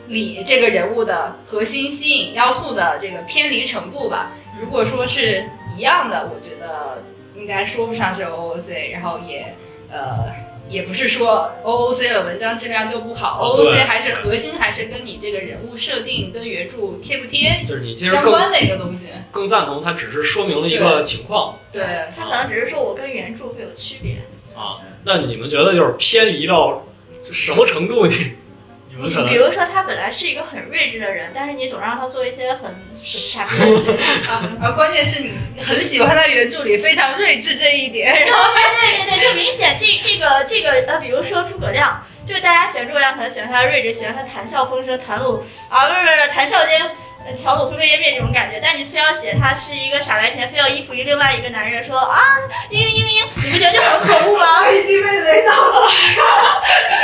[SPEAKER 2] 里这个人物的核心吸引要素的这个偏离程度吧。如果说是一样的，我觉得应该说不上是 O O C，然后也呃也不是说 O O C 的文章质量就不好
[SPEAKER 1] 哦
[SPEAKER 2] ，O O
[SPEAKER 1] 对
[SPEAKER 2] C 还是核心还是跟你这个人物设定跟原著贴不贴
[SPEAKER 1] 就是你其实
[SPEAKER 2] 相
[SPEAKER 1] 更
[SPEAKER 2] 关的一个东西。
[SPEAKER 1] 更赞同，它只是说明了一个情况
[SPEAKER 2] 对，啊
[SPEAKER 3] 他可能只是说我跟原著会有区别。
[SPEAKER 1] 啊。那你们觉得就是偏离到什么程度？你你们可能
[SPEAKER 3] 比如说，他本来是一个很睿智的人，但是你总让他做一些很傻逼的 *laughs* 事。
[SPEAKER 2] 啊，关键是你很喜欢他原著里非常睿智这一点，然后
[SPEAKER 3] 哦对对对，就明显这这个这个呃，比如说诸葛亮，就是大家喜欢诸葛亮，可能喜欢他睿智，喜欢他谈笑风生、谈吐啊，不是不是谈笑间。呃巧吐灰飞烟灭这种感觉，但你非要写他是一个傻白甜，非要依附于另外一个男人，说啊，嘤嘤嘤嘤，你不觉得就很可恶
[SPEAKER 5] *laughs*
[SPEAKER 3] 吗？
[SPEAKER 5] 已经被雷到了。
[SPEAKER 3] *laughs*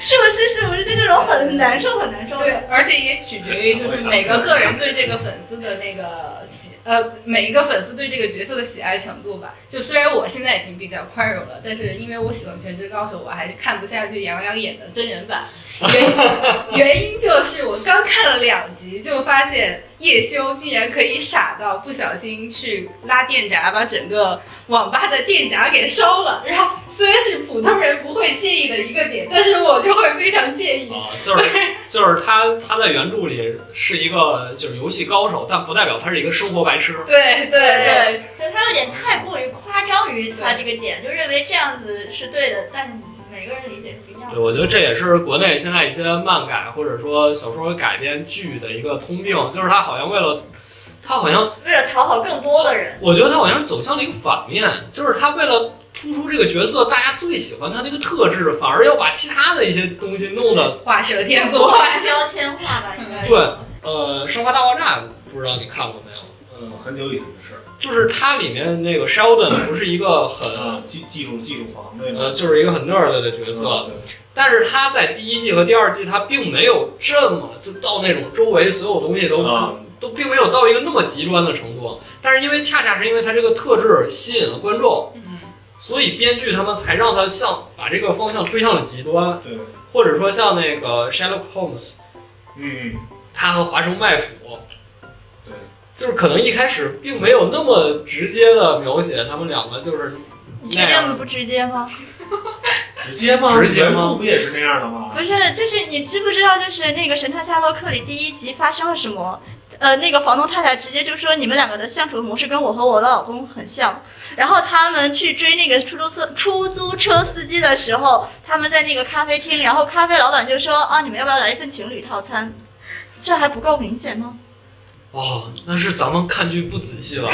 [SPEAKER 3] 是不是？是不是？就这种很难受，很难受的。
[SPEAKER 2] 对，而且也取决于就是每个个人对这个粉丝的那个喜呃，每一个粉丝对这个角色的喜爱程度吧。就虽然我现在已经比较宽容了，但是因为我喜欢《全职高手》，我还是看不下去杨洋演的真人版。原因
[SPEAKER 3] *laughs*
[SPEAKER 2] 原因就是我刚看了两集，就发现叶修竟然可以傻到不小心去拉电闸，把整个网吧的电闸给烧了。然后虽然是普通人不会介意的一个点，但是我就会非常介意。
[SPEAKER 1] 啊，就是就是他他在原著里是一个就是游戏高手，但不代表他是一个生活白痴。
[SPEAKER 2] 对对对，
[SPEAKER 3] 对他有点太过于夸张于他这个点，就认为这样子是对的，但是每个人理解是不一样的。
[SPEAKER 1] 对，我觉得这也是国内现在一些漫改或者说小说改编剧的一个通病，就是他好像为了他好像，
[SPEAKER 3] 为了讨好更多的人，
[SPEAKER 1] 我觉得他好像是走向了一个反面，就是他为了突出这个角色大家最喜欢他那个特质，反而要把其他的一些东西弄得
[SPEAKER 2] 画蛇添足。
[SPEAKER 3] 画标签化吧，应该是。
[SPEAKER 1] 对呃《生化大爆炸》，不知道你看过没有？
[SPEAKER 4] 呃，呃很久以前的事儿
[SPEAKER 1] 就是它里面那个 Sheldon 不是一个很
[SPEAKER 4] 啊，技技术技术狂那种
[SPEAKER 1] 呃，就是一个很 nerd 的角色，
[SPEAKER 4] 嗯
[SPEAKER 1] 但是他在第一季和第二季，他并没有这么就到那种周围所有东西
[SPEAKER 4] 对
[SPEAKER 1] 都、
[SPEAKER 4] 啊，
[SPEAKER 1] 都并没有到一个那么极端的程度。但是因为恰恰是因为他这个特质吸引了观众，
[SPEAKER 2] 嗯，
[SPEAKER 1] 所以编剧他们才让他向把这个方向推向了极端，
[SPEAKER 4] 对，
[SPEAKER 1] 或者说像那个 Sherlock Holmes，
[SPEAKER 4] 嗯，
[SPEAKER 1] 他和华生麦弗。
[SPEAKER 4] 对，
[SPEAKER 1] 就是可能一开始并没有那么直接的描写他们两个，就是
[SPEAKER 3] 你确定不直接吗？
[SPEAKER 4] 直接吗？
[SPEAKER 1] 直接吗
[SPEAKER 4] 原著不也是那样的吗？
[SPEAKER 3] 不是，就是你知不知道，就是那个《神探夏洛克》里第一集发生了什么？呃，那个房东太太直接就说你们两个的相处模式跟我和我的老公很像。然后他们去追那个出租车出租车司机的时候，他们在那个咖啡厅，然后咖啡老板就说啊，你们要不要来一份情侣套餐？这还不够明显吗？
[SPEAKER 1] 哦，那是咱们看剧不仔细了。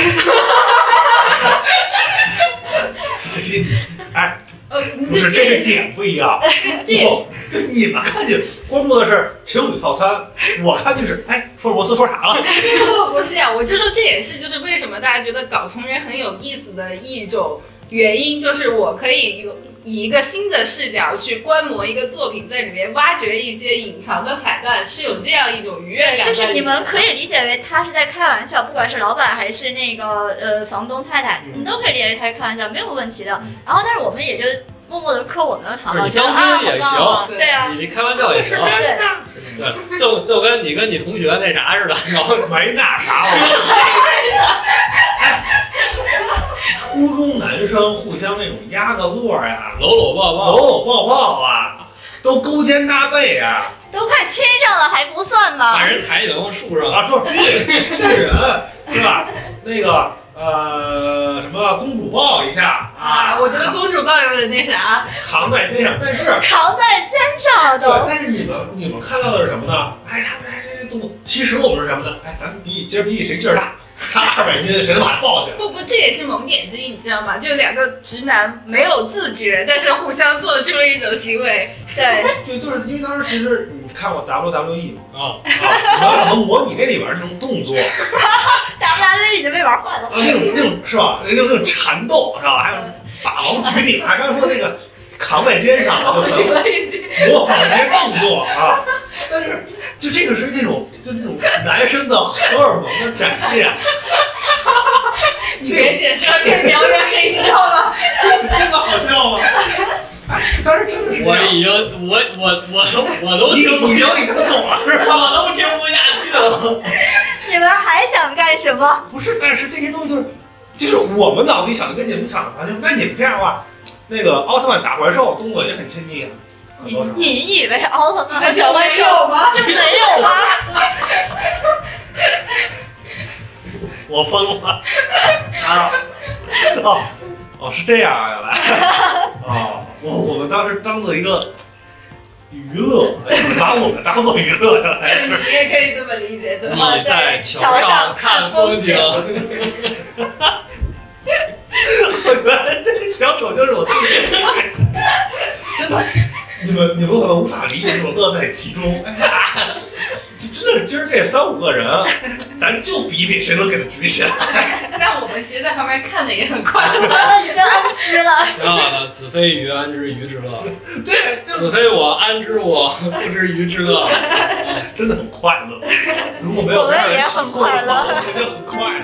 [SPEAKER 4] 仔细， *laughs* 哎，
[SPEAKER 2] 呃，
[SPEAKER 4] 不是这个点不一样。
[SPEAKER 2] 这
[SPEAKER 4] 我跟你们看去关注的是情侣套餐，我看就是哎，福尔摩斯说啥了？
[SPEAKER 2] 不不是呀、我就说这也是就是为什么大家觉得搞同人很有意思的一种原因，就是我可以有以一个新的视角去观摩一个作品，在里面挖掘一些隐藏的彩蛋，是有这样一种愉悦感在
[SPEAKER 3] 就
[SPEAKER 2] 里面。
[SPEAKER 3] 是你们可以理解为他是在开玩笑，不管是老板还是那个呃房东太太，
[SPEAKER 4] 嗯
[SPEAKER 3] 你都可以理解为他是开玩笑，没有问题的
[SPEAKER 4] 嗯。
[SPEAKER 3] 然后，但是我们也就默默的磕我们的糖
[SPEAKER 1] 不
[SPEAKER 3] 了，
[SPEAKER 1] 是
[SPEAKER 3] 觉得
[SPEAKER 1] 你当
[SPEAKER 3] 啊，
[SPEAKER 1] 兵也
[SPEAKER 3] 好棒啊，
[SPEAKER 2] 行
[SPEAKER 3] 对啊，
[SPEAKER 1] 你你开玩笑也行，
[SPEAKER 3] 对。
[SPEAKER 1] 对，就就跟你跟你同学那啥似的，然后
[SPEAKER 4] 没那啥了。哎初中男生互相那种压个落呀、
[SPEAKER 1] 搂搂抱
[SPEAKER 4] 搂
[SPEAKER 1] 抱，
[SPEAKER 4] 搂抱抱啊，都勾肩搭背啊，
[SPEAKER 3] 都快亲上了还不算吗
[SPEAKER 1] 把？人抬起来往树上，
[SPEAKER 4] 啊，这追追人是吧？那个呃，什么公主抱一下
[SPEAKER 2] 啊，
[SPEAKER 4] 啊，
[SPEAKER 2] 我觉得公主抱有点那啥，
[SPEAKER 4] 扛在肩上，但是
[SPEAKER 3] 扛在肩上了
[SPEAKER 4] 对
[SPEAKER 3] 都，，
[SPEAKER 4] 但是你们你们看到的是什么呢？哎，他们这这动作，其实我们是什么呢？哎，咱们比今儿比谁劲儿大，他二百斤，谁能把他抱起来？
[SPEAKER 2] 不不，这也是萌点之一，你知道吗？就两个直男没有自觉，但是互相做出了一种行为，
[SPEAKER 3] 对，
[SPEAKER 4] 对，就是因为当时其实你看过 WWE E
[SPEAKER 1] 啊，
[SPEAKER 4] 嘛，啊，然后可能模拟那里边那种动作，啊，
[SPEAKER 3] 大不大的已经被玩坏了。
[SPEAKER 4] 那种那种是吧？那种那种缠斗是吧？还有把王举你，还刚才说这个扛在肩上，
[SPEAKER 2] *laughs* 我
[SPEAKER 4] 就是
[SPEAKER 2] 哦行了已经。
[SPEAKER 4] 模仿这些动作啊。但是就这个是那种就这种男生的荷尔蒙的展现，
[SPEAKER 2] 你别解释了，越描越黑，你知道吗？
[SPEAKER 4] 真的好笑吗？哎， *laughs* 当时真的是这
[SPEAKER 1] 我
[SPEAKER 4] 样。
[SPEAKER 1] 已经我我我都我都
[SPEAKER 4] 你
[SPEAKER 1] 听不
[SPEAKER 4] 你聊你看懂了是吧？
[SPEAKER 1] 我都听不下去了。
[SPEAKER 3] 你们还想干什么？
[SPEAKER 4] 不是，但是这些东西就是，就是我们脑子里想的跟你们想的完全。那你们这样的话，那个奥特曼打怪兽动作也很亲密啊，很多少？
[SPEAKER 3] 你以为奥特曼和
[SPEAKER 2] 小
[SPEAKER 3] 小
[SPEAKER 2] 怪
[SPEAKER 3] 怪兽
[SPEAKER 2] 兽吗？
[SPEAKER 3] 就没有吗？
[SPEAKER 4] 我疯了啊！哦 *laughs* 哦，是这样啊，原来 *laughs* 哦，我我们当时当做一个娱乐， *laughs* 把我们当做娱乐原来是。
[SPEAKER 2] 你也可以这么理解的。
[SPEAKER 1] *laughs* 你在桥上看风景， *laughs*
[SPEAKER 4] *laughs* 我原来这个小丑就是我自己， *laughs* 真的，你们你们可能无法理解这种乐在其中。哎呀，真的，今儿这三五个人，啊咱就比比谁能给他举起来。
[SPEAKER 2] 但我们其实，在旁边看的也很快乐。
[SPEAKER 3] 完了，已经安吃了。
[SPEAKER 1] 挺好的。子非鱼，安知鱼之乐？
[SPEAKER 4] 对，就
[SPEAKER 1] 子非我，安知我不知鱼之乐？
[SPEAKER 4] 真的很快乐。如果没有
[SPEAKER 3] 我们也很快乐
[SPEAKER 4] 我们就很快乐。